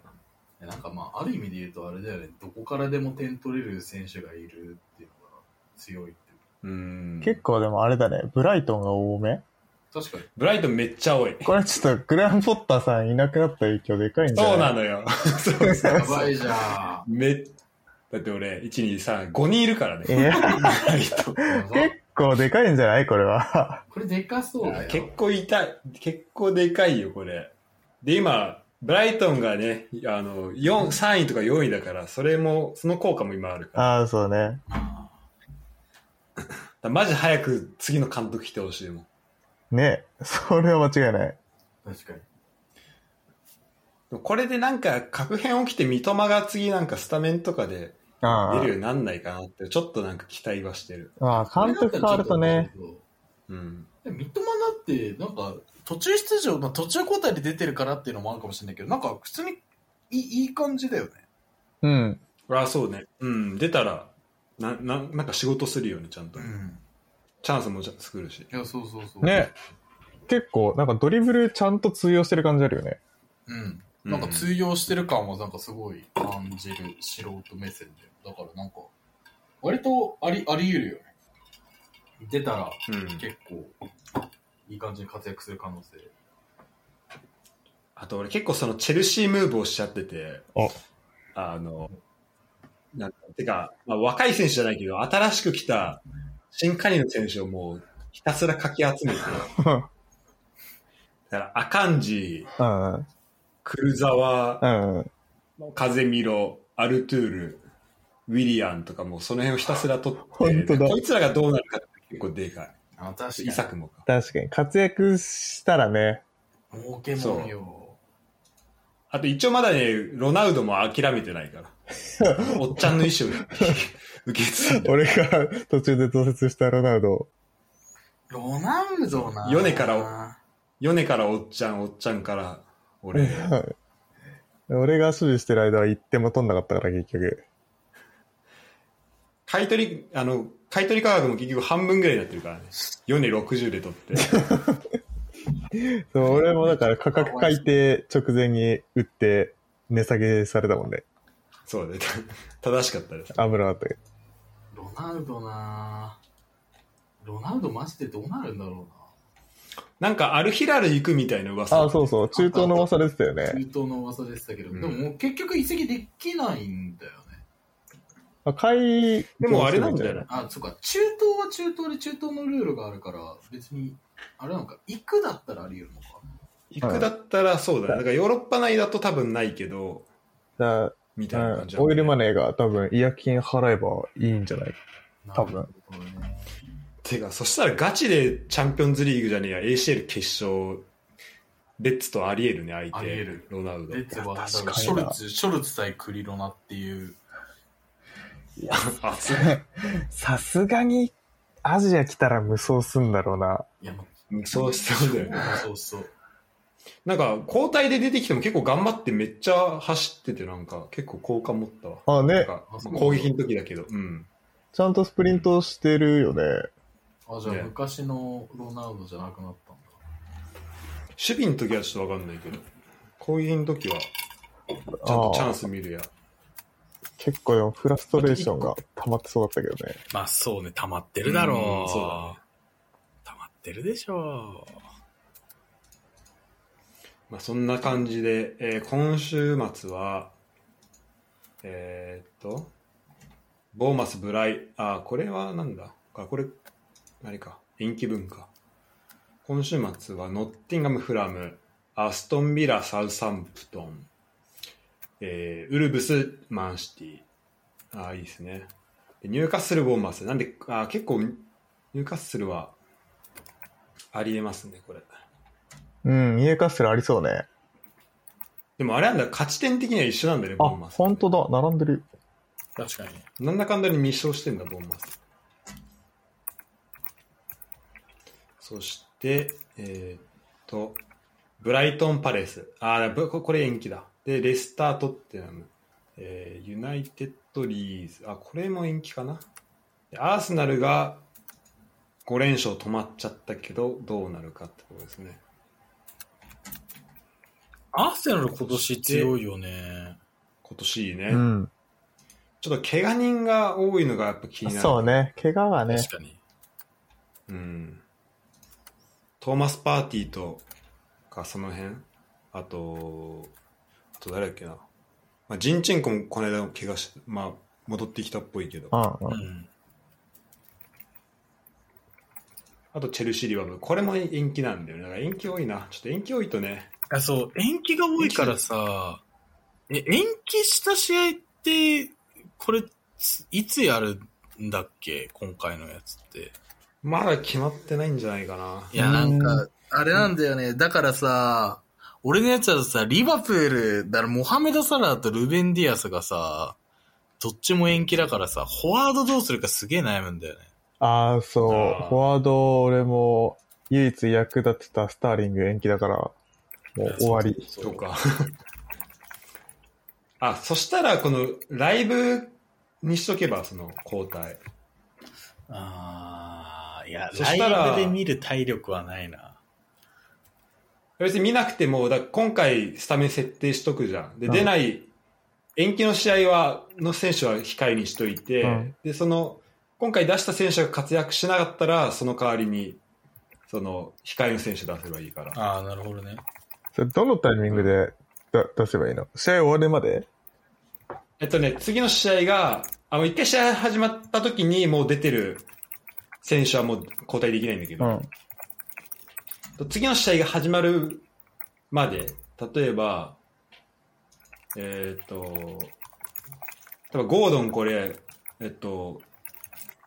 なんかまあ、ある意味で言うとあれだよね、どこからでも点取れる選手がいるっていうのが強いっていううーん。結構でもあれだね。ブライトンが多め確かに。ブライトンめっちゃ多い。これちょっとグランポッターさんいなくなった影響でかいんじゃな *laughs* いそうなのよ。そうそやうばそう。いじゃん。めっ、だって俺、1、2、3、5人いるから *laughs* ね。いや、ブライトンやば結構でかいんじゃないこれは。これでかそうだよ。 *laughs* 結構痛い、結構でかいよ、これ。で、今、ブライトンがね、あの、4、3位とか4位だから、それも、その効果も今あるから。だかああ、そうね。らマジ早く次の監督来てほしいもん。ねえそれは間違いない。確かに。でもこれでなんか、確変起きて三笘が次なんかスタメンとかであ出るようになんないかなって、ちょっとなんか期待はしてる。あああ、監督変わるとね、。うん。三笘だって、なんか、途中出場、まあ、途中交代で出てるからっていうのもあるかもしれないけど、なんか、普通にいいいい感じだよね。うん。あ、そうね。うん、出たら、な、な、なんか仕事するよね、ちゃんと。ん。チャンスもちゃ作るし。いや、そうそうそう。ね。結構、なんかドリブルちゃんと通用してる感じあるよね。 *laughs* うん。なんか通用してる感はなんかすごい感じる素人目線で。だからなんか、割とあり、あり得るよね。出たらうん。結構、いい感じに活躍する可能性。あと俺結構そのチェルシームーブをしちゃっててお、あの、なんかてか、まあ、若い選手じゃないけど、新しく来た新加入の選手をもうひたすらかき集めて、だからアカンジ、うん。うん。クルザワ、うん。カゼミロ、アルトゥール、ウィリアンとかもうその辺をひたすら取って、本当だこいつらがどうなるかって結構でかい。あ、確イサクもか。確かに。活躍したらね、儲けもんよ。あと一応まだね、ロナウドも諦めてない *laughs* から。おっちゃんの意思を *laughs* 受け継いで。俺が *laughs* 途中で挫折したロナウド。ロナウドな。ヨネから。米からおっちゃん、おっちゃんから俺。俺が守備してる間は一点も取んなかったから、結局。買い取り、あの、買い取り価格も結局半分ぐらいになってるからね。米60で取 *laughs* って。そう、俺もだから価格改定直前に売って、値下げされたもんね。そうね。 *laughs* 正しかったです。危なかったけど。ロナウドな。ロナウドマジでどうなるんだろなんかアルヒラル行くみたいな噂。あ、そうそう。中東の噂出てたような。ね中。東の噂でしたけど、うんでももう結局移籍できないんだよね。あ買い、でもあれなんじゃないあ、そうか、中東は中東で中東のルールがあるから、別に、あれなのか、行くだったらあり得るのか。行くだったらそうだね。だからヨーロッパ内だと多分ないけど、だみたいなうん感じ、だねオイルマネーが多分違約金払えばいいんじゃない *laughs* 多分なるほどね。てか、そしたらガチでチャンピオンズリーグじゃねえや、ACL 決勝、レッツとありえるね、相ありえ手る、ロナウドレ。ッツは、だ確かからにショルツ、ショルツ対クリロナっていう、あ、すさすがに、アジア来たら無双すんだろうな。いや、まごいそうしそうだよね。あ、そうそう。なんか、交代で出てきても結構頑張ってめっちゃ走ってて、なんか、結構好感持ったわ。あ、なんね。かまああそう攻撃の時だけど、うん。ちゃんとスプリントしてるよね。あ、じゃあ、ね昔のロナウドじゃなくなったんだ。守備の時はちょっとわかんないけど、攻撃の時は、ちゃんとチャンス見るや。結構でもフラストレーションが溜まってそうだったけどね。まあそうね、溜まってるだろう。うんそうだね溜まってるでしょまあ、そんな感じで、えー今週末は、えーっと、ボーマス、ブライ、あ、これはなんだあ、これ、何か、延期分か。今週末は、ノッティンガム、フラム、アストンビラ、サウサンプトン、えーウルブス、マンシティ。あー、いいですね。でニューカッスル、ボーマス。なんで、あー結構、ニューカッスルは、ありえますね、これ。うん、家カッスルありそうね。でもあれなんだ、勝ち点的には一緒なんだよね、あ、ボーマス。本当だ。並んでる。確かに。なんだかんだに2勝してんだ、ボーマス。そして、えーっと、ブライトン・パレス。あー、ぶここれ延期だ。で、レスター・トッテナム。えーユナイテッド・リーズ。あ、これも延期かな。でアーセナルが5連勝止まっちゃったけど、どうなるかってことですね。アーセナル今年強いよね。今年いいね。うん。ちょっと怪我人が多いのがやっぱ気になる。そうね。怪我はね。確かに。うん。トーマス・パーティーとか、その辺。あと、あと誰だっけな。まあ、ジンチェンコもこの間怪我して、まあ、戻ってきたっぽいけど。うあん、う。うんん。と、チェルシー・リバブ。これも延期なんだよね。だから延期多いな。ちょっと延期多いとね。あそう、延期が多いからさ、え、延期した試合って、これ、ついつやるんだっけ今回のやつって。まだ決まってないんじゃないかな。いや、なんか、あれなんだよね。だからさ、俺のやつはさ、リバプール、だからモハメド・サラーとルベン・ディアスがさ、どっちも延期だからさ、フォワードどうするかすげえ悩むんだよね。ああ、そう。あーフォワード、俺も、唯一役立ってたスターリング延期だから、もう終わり。そうか。あ、そしたら、この、ライブにしとけば、その、交代。ああ、いやそしたらライブで見る体力はないな。別に見なくても、だから今回、スタメン設定しとくじゃん。で、うん出ない、延期の試合は、の選手は控えにしといて、うんで、その、今回出した選手が活躍しなかったら、その代わりに、その、控えの選手出せばいいから。ああ、なるほどね。それ、どのタイミングでだ出せばいいの試合終わるまでえっとね、次の試合が、あの、一回試合始まった時に、もう出てる選手はもう交代できないんだけど、うん。次の試合が始まるまで、例えば、えーっ、と、例えばゴードンこれ、えっと、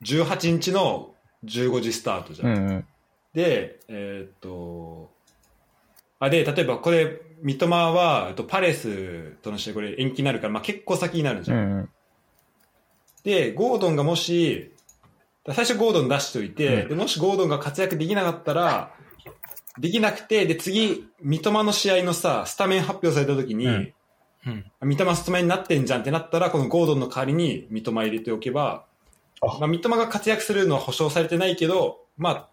18日の15時スタートじゃ。うんんうん。で、えーっ、と、あ、で、例えばこれ、三笘は、えっと、パレスとの試合これ延期になるから、まあ結構先になるじうゃん。んうん。で、ゴードンがもし、最初ゴードン出しといて、うんでもしゴードンが活躍できなかったら、できなくて、で、次、三笘の試合のさ、スタメン発表された時に、うんうん。三笘スタメンになってんじゃんってなったら、このゴードンの代わりに三笘入れておけば、あまあ、三笘が活躍するのは保証されてないけど、ま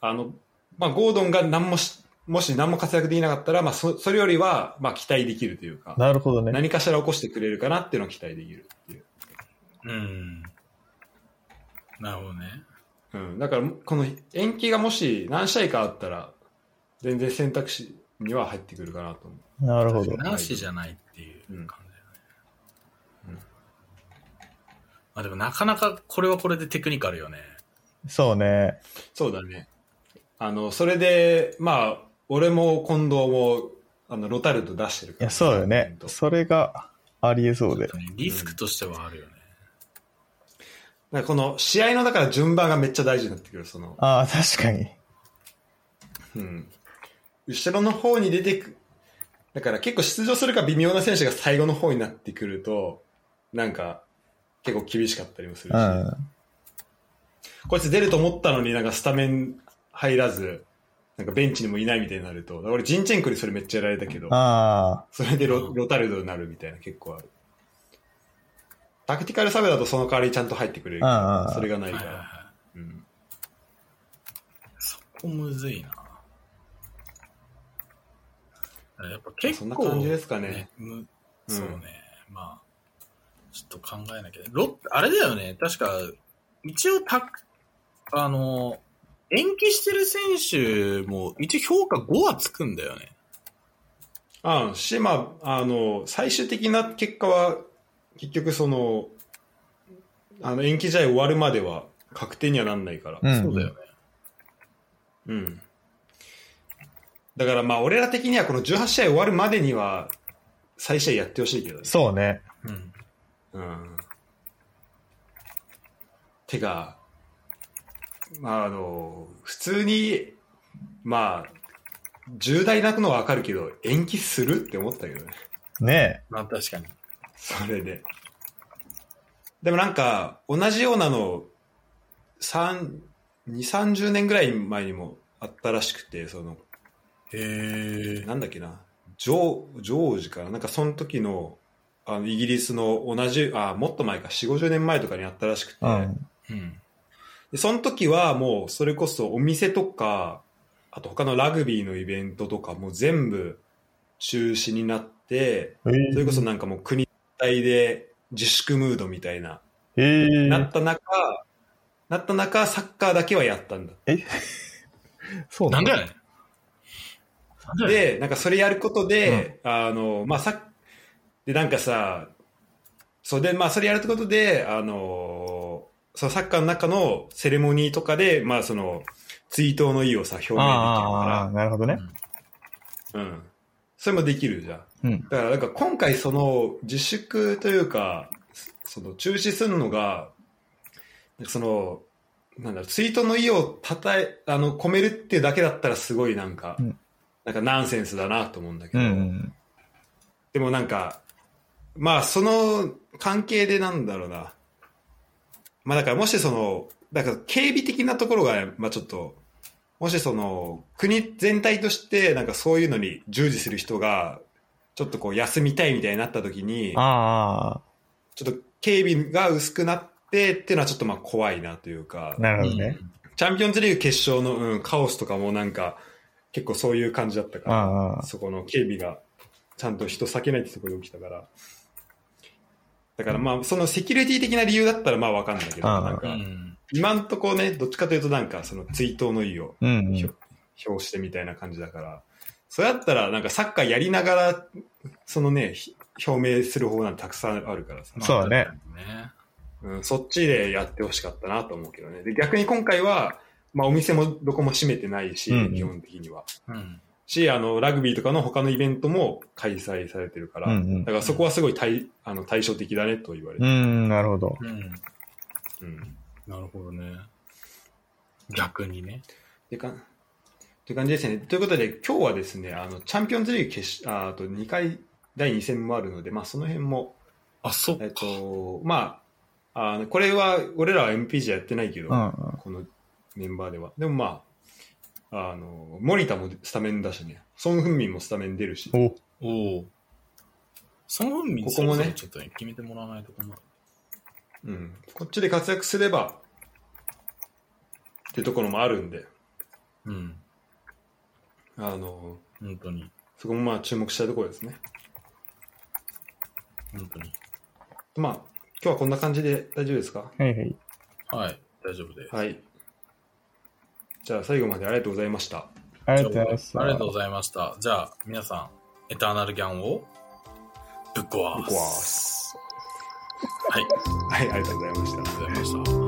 あ、あの、まあ、ゴードンが何もし、もし何も活躍できなかったら、まあ、そそれよりは、まあ、期待できるというか、なるほどね。何かしら起こしてくれるかなっていうのを期待できるっていう。うん。なるほどね。うん、だからこの延期がもし何試合かあったら全然選択肢には入ってくるかなと思なるほど。なしじゃないっていう感じだよね。うんうんまあでもなかなかこれはこれでテクニカルよね。そうね。うそうだねあのそれでまあ俺も近藤もあのロタルト出してるかいらや、そうよね。それがありえそうで。リスクとしてはあるよね。だからこの試合のだから順番がめっちゃ大事になってくるその、ああ、確かに。うん、後ろの方に出てくだから結構出場するか微妙な選手が最後の方になってくるとなんか結構厳しかったりもするし、うん。こいつ出ると思ったのになんかスタメン入らず、なんかベンチにもいないみたいになると、俺ジンチェンコにそれめっちゃやられたけど、あそれでロロタルドになるみたいな結構ある。タクティカルサブだとその代わりちゃんと入ってくれるけどうんうんうんそれがないはいかはいはら。いうん、そこむずいな。やっぱ結構、そんな感じですかねむそうね。まあ、ちょっと考えなきゃね。ロあれだよね。確か、一応た、あの、延期してる選手も一応評価5はつくんだよね。あし、まあ、あの、最終的な結果は、結局その、あの、延期試合終わるまでは確定にはなんないから。あ。んそうだよね。うん。だからまあ、俺ら的にはこの18試合終わるまでには、再試合やってほしいけどね。そうね。うん。うん。てか、まああの、普通に、まあ、重大なのはわかるけど、延期するって思ったけどね。 *laughs* ねまあ確かに。それで。でもなんか、同じようなの、三2、30年ぐらい前にもあったらしくて、その、へえ。なんだっけな、ジョージョージかな、なんかその時のあのイギリスの同じ、あもっと前か、4、50年前とかにあったらしくて、え。うん。うん。でその時はもうそれこそお店とか、あと他のラグビーのイベントとかも全部中止になって、えーそれこそなんかもう国体で自粛ムードみたいな、えーなった中、なった中、サッカーだけはやったんだ。そうなんだだよね。なんだよね。で、なんかそれやることで、あの、まあ、さで、なんかさ、そうで、まあ、それやることで、あの、そのサッカーの中のセレモニーとかで、まあ、その、追悼の意をさ、表明できるあーあー、あかーなるほどね。ら、うん。それもできるじゃん。うん。だから、なんか今回、その、自粛というか、その、中止するのが、なんかその、なんだろう、追悼の意をたたえ、あの、込めるっていうだけだったらすごいなんか、うんなんかナンセンスだなと思うんだけうど、んうん。でもなんか、まあその関係でなんだろうな。まあだからもしその、だから警備的なところが、まあちょっと、もしその国全体としてなんかそういうのに従事する人が、ちょっとこう休みたいみたいになった時に、あちょっと警備が薄くなってっていうのはちょっとまあ怖いなというかあ、、なるほどね。チャンピオンズリーグ決勝の、うん、カオスとかもなんか結構そういう感じだったから、ああ。そこの警備がちゃんと人避けないってところで起きたから。だからまあ、そのセキュリティ的な理由だったらまあわかんないけど、ああなんうか、ん。今んとこね、どっちかというとなんか、その追悼の意をうんうん。表表してみたいな感じだから、それだったらなんかサッカーやりながら、そのね、ひ表明する方なんてたくさんあるからさ、そうだね。ね。うん、そっちでやってほしかったなと思うけどね。で、逆に今回は、まあお店もどこも閉めてないし、うんうん基本的には。うん。し、あの、ラグビーとかの他のイベントも開催されてるから、うんうんだからそこはすごい対あの対照的だねと言われうて、ん、なるほど。うん。うんなるほどね。逆にね。でかという感じですね。ということで、今日はですね、あのチャンピオンズリーグ決しああと2回、第2戦もあるので、まあ、その辺も、あ、そっえっか。と、まあ、あのこれは、俺らは MPG やってないけど、うんうん。このメンバーでは。でもまあ、あの、森田もスタメンだしね、ソン・フンミンもスタメン出るし、おおお。その分、ここもねそろそろちょっとね、決めてもらわないと困る。うん、こっちで活躍すれば、っていうところもあるんで、うん。あの、本当に。そこもまあ注目したいところですね。本当に。まあ、今日はこんな感じで大丈夫ですかはいはい。はい。大丈夫です。はい。じゃあ最後までありがとうございました。ありがとうございます。ありがとうございました。じゃあ、皆さん、エターナルギャンをぶぶっっ壊す。壊すはい、ありはい、ありがとうございました。がとうございました。